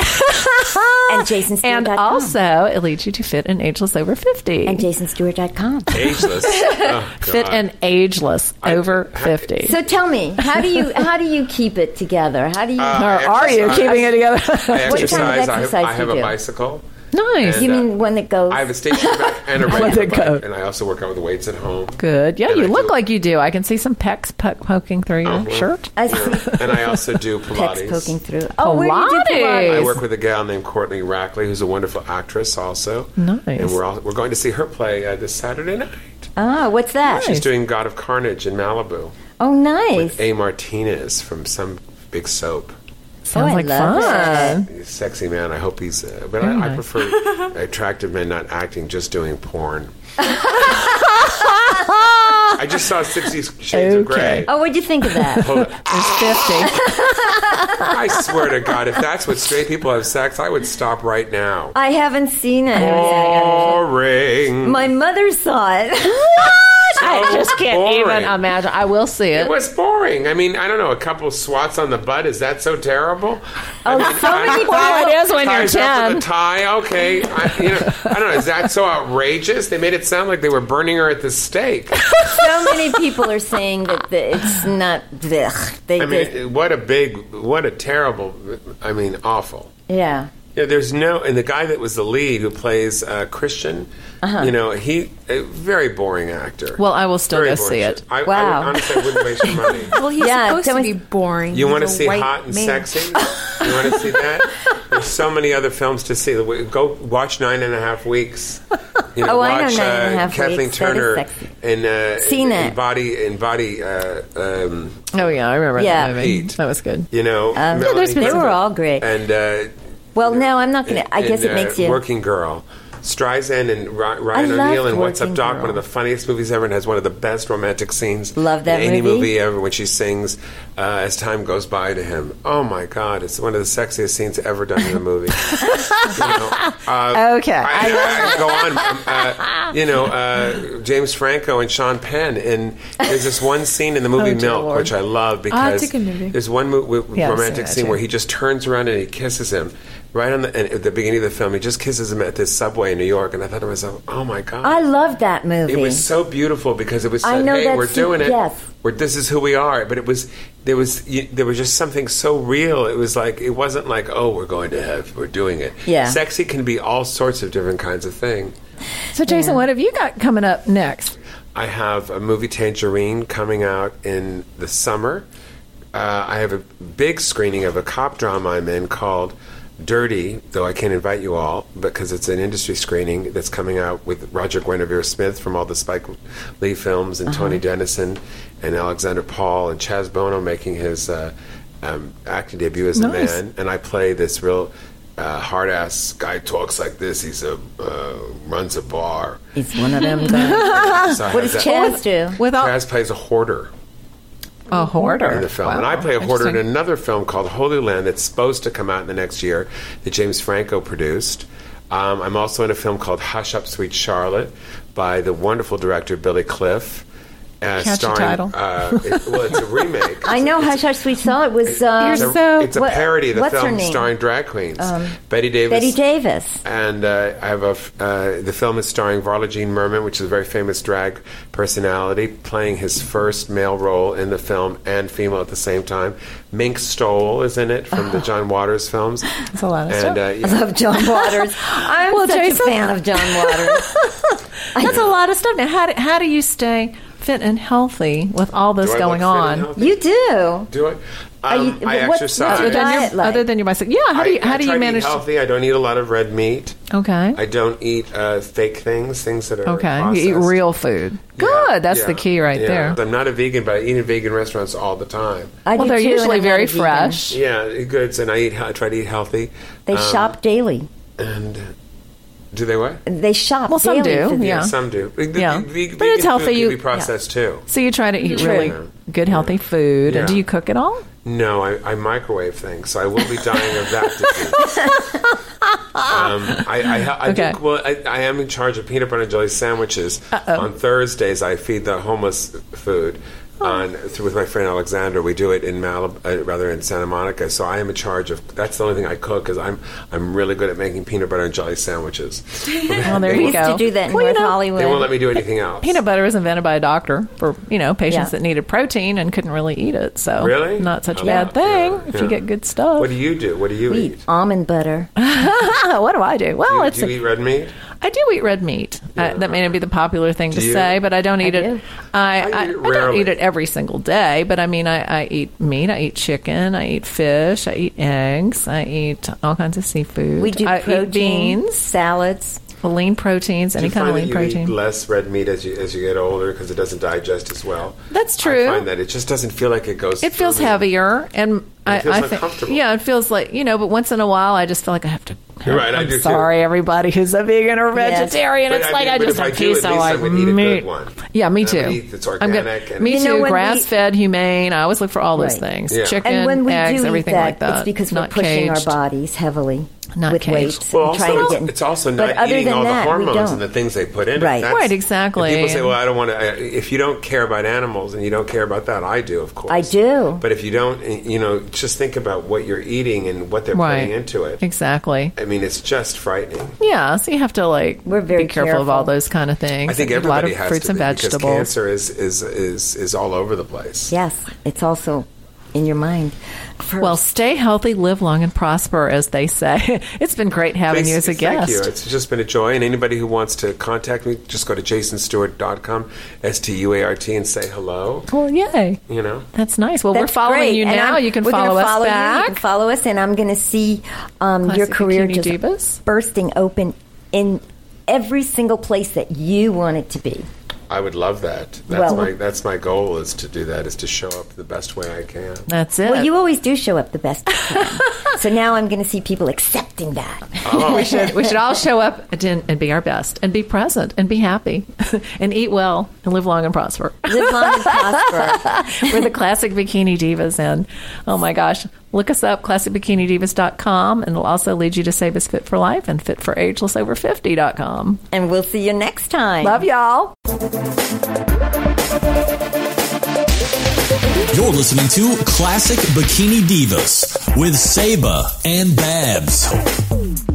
[SPEAKER 2] And Jason Stewart.
[SPEAKER 3] Ah, And also, it leads you to Fit and Ageless Over 50.
[SPEAKER 2] and jasonstewart.com.
[SPEAKER 4] Ageless. Oh,
[SPEAKER 3] fit
[SPEAKER 4] God.
[SPEAKER 3] and ageless
[SPEAKER 4] I-
[SPEAKER 3] over
[SPEAKER 4] I-
[SPEAKER 3] 50.
[SPEAKER 2] So tell me, how do you how do you keep it together? How do you
[SPEAKER 4] Uh,
[SPEAKER 3] or are you
[SPEAKER 4] exercise.
[SPEAKER 3] keeping it
[SPEAKER 4] I
[SPEAKER 3] together?
[SPEAKER 2] What kind of
[SPEAKER 4] exercise. I have,
[SPEAKER 2] exercise
[SPEAKER 4] I
[SPEAKER 2] do
[SPEAKER 4] have
[SPEAKER 2] you
[SPEAKER 4] a
[SPEAKER 2] do?
[SPEAKER 4] bicycle.
[SPEAKER 3] nice.
[SPEAKER 2] you
[SPEAKER 4] and, uh,
[SPEAKER 2] mean one that goes
[SPEAKER 4] I have a stationary bike and a
[SPEAKER 3] With
[SPEAKER 4] regular
[SPEAKER 3] a
[SPEAKER 4] bike.
[SPEAKER 3] coat.
[SPEAKER 4] And I also work out with the weights at home.
[SPEAKER 3] Good. Yeah,
[SPEAKER 4] And
[SPEAKER 3] you
[SPEAKER 4] I
[SPEAKER 3] look
[SPEAKER 4] do- Oh,
[SPEAKER 3] like you do. I can see some pecs po- poking through your
[SPEAKER 4] well,
[SPEAKER 3] shirt.
[SPEAKER 2] I see
[SPEAKER 4] And I also do
[SPEAKER 2] pecs
[SPEAKER 4] Pilates.
[SPEAKER 2] poking through. Oh, where do you do
[SPEAKER 3] Pilates.
[SPEAKER 4] I
[SPEAKER 2] Pilates?
[SPEAKER 4] work with a gal named Courtney Rackley, who's a wonderful actress, also.
[SPEAKER 3] Nice.
[SPEAKER 4] And we're all, we're going to see her play uh, this Saturday night.
[SPEAKER 2] Ah, what's that?
[SPEAKER 4] She's doing God of Carnage in Malibu.
[SPEAKER 2] Oh, nice.
[SPEAKER 4] with A Martinez from some big soap.
[SPEAKER 2] Oh,
[SPEAKER 3] Sounds
[SPEAKER 2] I
[SPEAKER 3] like
[SPEAKER 2] love
[SPEAKER 3] fun.
[SPEAKER 4] He's a sexy man. I hope he's. Uh, but I, I
[SPEAKER 3] Anyway.
[SPEAKER 4] prefer attractive men not acting, just doing porn. I just saw Sixty Shades of Grey.
[SPEAKER 2] Oh, what'd you think of that?
[SPEAKER 4] Hold on.
[SPEAKER 3] There's 50.
[SPEAKER 4] I swear to God, if that's what straight people have sex, I would stop right now.
[SPEAKER 2] I haven't seen it.
[SPEAKER 4] Oh. Boring.
[SPEAKER 2] My mother saw it.
[SPEAKER 4] Oh,
[SPEAKER 3] I just can't
[SPEAKER 4] boring.
[SPEAKER 3] even imagine. I will see it.
[SPEAKER 4] It was boring. I mean, I don't know. A couple swats on the butt. Is that so terrible? I mean,
[SPEAKER 2] Oh, so
[SPEAKER 4] I-
[SPEAKER 2] many people-
[SPEAKER 3] Well, it is when you're
[SPEAKER 4] Ties up with
[SPEAKER 3] 10.
[SPEAKER 4] a tie. Okay. I, you know, I don't know. Is that so outrageous? They made it sound like they were burning her at the stake.
[SPEAKER 2] so many people are saying that the, it's not. Blech. They,
[SPEAKER 4] I
[SPEAKER 2] they-
[SPEAKER 4] mean, what a big, what a terrible, I mean, awful.
[SPEAKER 2] yeah.
[SPEAKER 4] Yeah, there's no, and the guy that was the lead who plays uh, Christian,
[SPEAKER 2] Uh-huh.
[SPEAKER 4] you know, he a very boring actor.
[SPEAKER 3] Well, I will still
[SPEAKER 4] Very
[SPEAKER 3] go
[SPEAKER 4] boring.
[SPEAKER 3] see it.
[SPEAKER 4] I,
[SPEAKER 2] Wow.
[SPEAKER 4] I would, honestly, I wouldn't waste your money.
[SPEAKER 5] Well, he's
[SPEAKER 2] Yeah,
[SPEAKER 5] supposed
[SPEAKER 2] that
[SPEAKER 5] to
[SPEAKER 2] was-
[SPEAKER 5] be boring.
[SPEAKER 4] You
[SPEAKER 5] He's
[SPEAKER 4] want to
[SPEAKER 5] a
[SPEAKER 4] see
[SPEAKER 5] white
[SPEAKER 4] hot and
[SPEAKER 5] man.
[SPEAKER 4] sexy? You want to see that? There's so many other films to see. Go watch Nine and a Half Weeks. You
[SPEAKER 2] Oh,
[SPEAKER 4] watch, uh,
[SPEAKER 2] I know Nine and a Half
[SPEAKER 4] Kathleen
[SPEAKER 2] Weeks. That is
[SPEAKER 4] Turner
[SPEAKER 2] sexy.
[SPEAKER 4] and uh,
[SPEAKER 2] Seen
[SPEAKER 4] in
[SPEAKER 2] it.
[SPEAKER 4] body in body. Uh, um,
[SPEAKER 3] Oh, yeah. I remember
[SPEAKER 2] Yeah.
[SPEAKER 3] that movie.
[SPEAKER 4] Heat.
[SPEAKER 3] That was good.
[SPEAKER 4] you know, Melanie
[SPEAKER 3] there's been
[SPEAKER 2] They
[SPEAKER 4] Griffith
[SPEAKER 2] were all great.
[SPEAKER 4] And uh,
[SPEAKER 2] Well, no, I'm not going to. I
[SPEAKER 4] and,
[SPEAKER 2] guess it
[SPEAKER 4] uh,
[SPEAKER 2] makes you.
[SPEAKER 4] Working Girl. Streisand and Ry- Ryan
[SPEAKER 2] I love
[SPEAKER 4] O'Neal and What's Up
[SPEAKER 2] Working
[SPEAKER 4] Doc,
[SPEAKER 2] Girl.
[SPEAKER 4] one of the funniest movies ever, and has one of the best romantic scenes.
[SPEAKER 2] Love that
[SPEAKER 4] in any
[SPEAKER 2] movie.
[SPEAKER 4] movie. ever when she sings uh, "As Time Goes By" to him. Oh my God, it's one of the sexiest scenes ever done in a movie. You know, uh,
[SPEAKER 3] Okay.
[SPEAKER 4] I, I, go on. Um, uh, you know, uh, James Franco and Sean Penn, and there's this one scene in the
[SPEAKER 3] Oh,
[SPEAKER 4] movie
[SPEAKER 3] Ah, dear
[SPEAKER 4] Milk,
[SPEAKER 3] Lord.
[SPEAKER 4] which I love because
[SPEAKER 5] it's a good movie.
[SPEAKER 4] there's one mo- w-
[SPEAKER 3] Yeah, I've seen
[SPEAKER 4] romantic
[SPEAKER 3] that
[SPEAKER 4] scene
[SPEAKER 3] too.
[SPEAKER 4] where he just turns around and he kisses him right on the and at the beginning of the film. He just kisses him at this subway in New York, and I thought to myself, "Oh my god!"
[SPEAKER 2] I love that movie.
[SPEAKER 4] it was so beautiful because it was
[SPEAKER 2] I
[SPEAKER 4] said,
[SPEAKER 2] know
[SPEAKER 4] "Hey,
[SPEAKER 2] that
[SPEAKER 4] we're
[SPEAKER 2] scene-
[SPEAKER 4] doing it.
[SPEAKER 2] yes.
[SPEAKER 4] We're, this is who we are." But it was there was you, there was just something so real. It was like it wasn't like, "Oh, we're going to have we're doing it."
[SPEAKER 2] Yeah.
[SPEAKER 4] sexy can be all sorts of different kinds of thing.
[SPEAKER 3] So, Jason, what have you got coming up next?
[SPEAKER 4] I have a movie Tangerine coming out in the summer. Uh, I have a big screening of a cop drama I'm in called Dirty, though I can't invite you all because it's an industry screening that's coming out with Roger Guinevere Smith from all the Spike Lee films and
[SPEAKER 2] Uh-huh.
[SPEAKER 4] Tony Dennison and Alexander Paul and Chaz Bono making his uh, um, acting debut as
[SPEAKER 3] Nice.
[SPEAKER 4] a man. And I play this real uh, hard ass guy talks like this. He's a uh, runs a bar.
[SPEAKER 2] It's one of them. guys.
[SPEAKER 4] So I
[SPEAKER 2] what
[SPEAKER 4] have
[SPEAKER 2] does
[SPEAKER 4] that-
[SPEAKER 2] Chaz do?
[SPEAKER 3] With all,
[SPEAKER 4] Chaz plays a hoarder
[SPEAKER 3] a hoarder
[SPEAKER 4] in the film, and
[SPEAKER 3] Wow.
[SPEAKER 4] I play a hoarder in
[SPEAKER 3] Interesting.
[SPEAKER 4] another film called Holy Land that's supposed to come out in the next year that James Franco produced. Um, I'm also in a film called Hush Up, Sweet Charlotte by the wonderful director Billy Cliff. Uh,
[SPEAKER 3] Catchy
[SPEAKER 4] starring,
[SPEAKER 3] title.
[SPEAKER 4] Uh, it- well, it's a remake.
[SPEAKER 2] I know Hush Hush Sweet Soul. It was. Um,
[SPEAKER 4] It's a,
[SPEAKER 3] so-
[SPEAKER 4] it's a
[SPEAKER 2] what-
[SPEAKER 4] parody of the
[SPEAKER 2] what's her
[SPEAKER 4] film
[SPEAKER 2] name? Um,
[SPEAKER 4] starring drag queens. Betty Davis.
[SPEAKER 2] Betty Davis.
[SPEAKER 4] and uh, I have a f- uh, the film is starring Varla Jean Merman, which is a very famous drag personality, playing his first male role in the film and female at the same time. Mink Stoll is in it
[SPEAKER 3] Oh.
[SPEAKER 4] from the John Waters films. That's
[SPEAKER 3] a lot of
[SPEAKER 4] and,
[SPEAKER 3] stuff.
[SPEAKER 4] Uh, yeah.
[SPEAKER 2] I love John Waters. I'm
[SPEAKER 3] Well,
[SPEAKER 2] such
[SPEAKER 3] Jason-
[SPEAKER 2] a fan of John Waters.
[SPEAKER 3] That's a lot of stuff. Now, how do, how do you stay fit and healthy with all this
[SPEAKER 4] Do I
[SPEAKER 3] going
[SPEAKER 4] look fit and
[SPEAKER 3] on?
[SPEAKER 4] healthy?
[SPEAKER 2] you do.
[SPEAKER 4] Do I?
[SPEAKER 2] Are you-
[SPEAKER 4] Um, I
[SPEAKER 2] what's- what's your
[SPEAKER 4] exercise.
[SPEAKER 2] diet
[SPEAKER 3] Other than your-
[SPEAKER 2] like?
[SPEAKER 3] Other than your bicycle, yeah. How do you
[SPEAKER 4] I-
[SPEAKER 3] how
[SPEAKER 4] I
[SPEAKER 3] do
[SPEAKER 4] try
[SPEAKER 3] you
[SPEAKER 4] to
[SPEAKER 3] manage?
[SPEAKER 4] Eat healthy. I don't eat a lot of red meat.
[SPEAKER 3] okay,
[SPEAKER 4] I don't eat uh, fake things. Things that are
[SPEAKER 3] okay. You eat
[SPEAKER 4] processed.
[SPEAKER 3] real food.
[SPEAKER 4] Yeah,
[SPEAKER 3] Good. That's
[SPEAKER 4] yeah,
[SPEAKER 3] the key right
[SPEAKER 4] yeah.
[SPEAKER 3] there.
[SPEAKER 4] I'm not a vegan, but I eat in vegan restaurants all the time.
[SPEAKER 2] I
[SPEAKER 3] well,
[SPEAKER 2] do
[SPEAKER 3] they're
[SPEAKER 2] too, and
[SPEAKER 3] usually
[SPEAKER 2] I'm not
[SPEAKER 3] very
[SPEAKER 2] a vegan.
[SPEAKER 3] fresh.
[SPEAKER 4] Yeah, goods, and I eat. I try to eat healthy.
[SPEAKER 2] They
[SPEAKER 4] Um,
[SPEAKER 2] shop daily.
[SPEAKER 4] And do they what?
[SPEAKER 2] They shop.
[SPEAKER 3] Well, some
[SPEAKER 2] daily
[SPEAKER 3] do,
[SPEAKER 2] for the-
[SPEAKER 3] yeah.
[SPEAKER 4] Some do. The- the-
[SPEAKER 3] Yeah.
[SPEAKER 4] the- vegan
[SPEAKER 3] But it's healthy,
[SPEAKER 4] Food can
[SPEAKER 3] you-
[SPEAKER 4] be processed too.
[SPEAKER 3] So you try to eat really
[SPEAKER 4] True.
[SPEAKER 3] good, healthy food. And
[SPEAKER 4] Yeah.
[SPEAKER 3] do you cook at all?
[SPEAKER 4] No, I, I microwave things, so I will be dying of that disease. um, I, I, ha- I
[SPEAKER 3] Okay.
[SPEAKER 4] do, well, I, I am in charge of peanut butter and jelly sandwiches. On Thursdays, I feed the homeless food.
[SPEAKER 3] Oh.
[SPEAKER 4] On th- with my friend Alexander, we do it in Malib uh, rather in Santa Monica. So I am in charge of. That's the only thing I cook because I'm I'm really good at making peanut butter and jelly sandwiches.
[SPEAKER 3] Well, there
[SPEAKER 2] We
[SPEAKER 3] you
[SPEAKER 2] used
[SPEAKER 3] go.
[SPEAKER 2] to do that in
[SPEAKER 3] Well, you
[SPEAKER 2] North
[SPEAKER 3] know,
[SPEAKER 2] Hollywood.
[SPEAKER 4] They won't let me do anything else.
[SPEAKER 3] Peanut butter was invented by a doctor for you know patients
[SPEAKER 2] Yeah.
[SPEAKER 3] that needed protein and couldn't really eat it. So
[SPEAKER 4] Really?
[SPEAKER 3] not such a
[SPEAKER 4] Yeah.
[SPEAKER 3] bad thing if
[SPEAKER 4] Yeah.
[SPEAKER 3] you get good stuff.
[SPEAKER 4] What do you do? What do you
[SPEAKER 2] We
[SPEAKER 4] eat?
[SPEAKER 2] eat almond butter.
[SPEAKER 3] Ah, what do I do? Well,
[SPEAKER 4] Do you,
[SPEAKER 3] it's
[SPEAKER 4] do you eat red meat?
[SPEAKER 3] I do eat red meat.
[SPEAKER 4] Yeah.
[SPEAKER 3] Uh, that may not be the popular thing to
[SPEAKER 4] Do you?
[SPEAKER 3] say, but I don't eat
[SPEAKER 2] I
[SPEAKER 3] it.
[SPEAKER 2] do.
[SPEAKER 3] I, I,
[SPEAKER 4] I eat it
[SPEAKER 3] I don't
[SPEAKER 4] rarely.
[SPEAKER 3] eat it every single day, but I mean, I, I eat meat. I eat chicken. I eat fish. I eat eggs. I eat all kinds of seafood.
[SPEAKER 2] We do
[SPEAKER 3] I eat
[SPEAKER 2] protein,
[SPEAKER 3] beans.
[SPEAKER 2] salads.
[SPEAKER 3] Well, lean proteins,
[SPEAKER 4] Do
[SPEAKER 3] any
[SPEAKER 4] you
[SPEAKER 3] kind
[SPEAKER 4] find
[SPEAKER 3] of
[SPEAKER 4] that
[SPEAKER 3] lean
[SPEAKER 4] you
[SPEAKER 3] protein.
[SPEAKER 4] eat less red meat as you as you get older because it doesn't digest as well?
[SPEAKER 3] That's
[SPEAKER 4] I
[SPEAKER 3] true.
[SPEAKER 4] find that it just doesn't feel like it goes.
[SPEAKER 3] It feels
[SPEAKER 4] through me.
[SPEAKER 3] heavier, and I,
[SPEAKER 4] feels
[SPEAKER 3] I think,
[SPEAKER 4] uncomfortable.
[SPEAKER 3] yeah, it feels like you know. But once in a while, I just feel like I have to.
[SPEAKER 4] You're right, I
[SPEAKER 3] I'm
[SPEAKER 4] do too.
[SPEAKER 3] sorry, everybody who's a vegan or
[SPEAKER 2] Yes.
[SPEAKER 3] vegetarian.
[SPEAKER 4] But
[SPEAKER 3] It's
[SPEAKER 4] I
[SPEAKER 3] like
[SPEAKER 4] mean,
[SPEAKER 3] I
[SPEAKER 4] but
[SPEAKER 3] just
[SPEAKER 4] if I
[SPEAKER 3] have
[SPEAKER 4] do,
[SPEAKER 3] piece
[SPEAKER 4] at
[SPEAKER 3] I
[SPEAKER 4] least I
[SPEAKER 3] like
[SPEAKER 4] would eat a good
[SPEAKER 3] meat.
[SPEAKER 4] one.
[SPEAKER 3] Yeah, me
[SPEAKER 4] And I
[SPEAKER 3] too.
[SPEAKER 4] would eat Uh, that's
[SPEAKER 3] I'm gonna-
[SPEAKER 4] organic and-
[SPEAKER 3] me
[SPEAKER 4] You
[SPEAKER 2] know,
[SPEAKER 3] too.
[SPEAKER 2] when we-
[SPEAKER 3] Grass fed, humane. I always look for all those
[SPEAKER 2] Right.
[SPEAKER 3] things:
[SPEAKER 4] Yeah.
[SPEAKER 3] chicken,
[SPEAKER 2] And when we
[SPEAKER 3] eggs,
[SPEAKER 2] do eat
[SPEAKER 3] everything
[SPEAKER 2] that,
[SPEAKER 3] like that.
[SPEAKER 2] it's because
[SPEAKER 3] not
[SPEAKER 2] we're pushing
[SPEAKER 3] caged.
[SPEAKER 2] our bodies heavily
[SPEAKER 3] Not
[SPEAKER 2] with
[SPEAKER 3] caged.
[SPEAKER 2] weights.
[SPEAKER 4] Well,
[SPEAKER 2] and
[SPEAKER 4] also,
[SPEAKER 2] trying to
[SPEAKER 4] it's,
[SPEAKER 2] get in.
[SPEAKER 4] it's also
[SPEAKER 2] But
[SPEAKER 4] not
[SPEAKER 2] other
[SPEAKER 4] eating
[SPEAKER 2] than
[SPEAKER 4] all
[SPEAKER 2] that,
[SPEAKER 4] the
[SPEAKER 2] we
[SPEAKER 4] hormones
[SPEAKER 2] don't.
[SPEAKER 4] and the things they put in
[SPEAKER 2] Right.
[SPEAKER 4] it. That's-
[SPEAKER 3] Right, exactly.
[SPEAKER 4] and People say, "Well, I don't want to." If you don't care about animals and you don't care about that, I do, of course.
[SPEAKER 2] I do.
[SPEAKER 4] But if you don't, eh, you know, just think about what you're eating and what they're
[SPEAKER 3] right
[SPEAKER 4] putting into it.
[SPEAKER 3] Exactly.
[SPEAKER 4] I mean, it's just frightening.
[SPEAKER 3] Yeah, so you have to like
[SPEAKER 2] We're very
[SPEAKER 3] be careful, of
[SPEAKER 2] careful.
[SPEAKER 3] all those kind of things.
[SPEAKER 4] I think
[SPEAKER 3] a lot
[SPEAKER 4] everybody
[SPEAKER 3] of
[SPEAKER 4] has
[SPEAKER 3] fruits
[SPEAKER 4] to
[SPEAKER 3] and
[SPEAKER 4] be, because
[SPEAKER 3] vegetables.
[SPEAKER 4] cancer is is is is all over the place.
[SPEAKER 2] yes, it's also in your mind. First.
[SPEAKER 3] Well, stay healthy, live long, and prosper, as they say. it's been great having you as a
[SPEAKER 4] Thank
[SPEAKER 3] guest.
[SPEAKER 4] you. It's just been a joy. And anybody who wants to contact me, just go to jasonstewart.com, S T U A R T, and say hello.
[SPEAKER 3] Well, yay.
[SPEAKER 4] You know?
[SPEAKER 3] That's nice. Well, we're
[SPEAKER 2] That's
[SPEAKER 3] following
[SPEAKER 2] great.
[SPEAKER 3] you
[SPEAKER 2] And
[SPEAKER 3] now.
[SPEAKER 2] I'm-
[SPEAKER 3] you can
[SPEAKER 2] we're gonna
[SPEAKER 3] follow us
[SPEAKER 2] follow you. You
[SPEAKER 3] back.
[SPEAKER 2] can follow us, and I'm going to see um, your
[SPEAKER 3] Classic
[SPEAKER 2] career
[SPEAKER 3] Bikini
[SPEAKER 2] just
[SPEAKER 3] Divas.
[SPEAKER 2] bursting open in every single place that you want it to be.
[SPEAKER 4] I would love that. That's
[SPEAKER 2] Well-
[SPEAKER 4] my that's my goal is to do that, is to show up the best way I can.
[SPEAKER 3] That's it.
[SPEAKER 2] Well, you always do show up the best. You can. so now I'm going to see people accepting that.
[SPEAKER 3] we should we should all show up and, and be our best and be present and be happy and eat well and live long and prosper.
[SPEAKER 2] Live long and prosper.
[SPEAKER 3] We're the Classic Bikini Divas, and oh my gosh, look us up, classicbikinidivas.com, and it'll also lead you to Save Us Fit for Life and Fit for Ageless Over 50.com.
[SPEAKER 2] And we'll see you next time.
[SPEAKER 3] Love y'all.
[SPEAKER 1] You're listening to Classic Bikini Divas with Saba and Babs.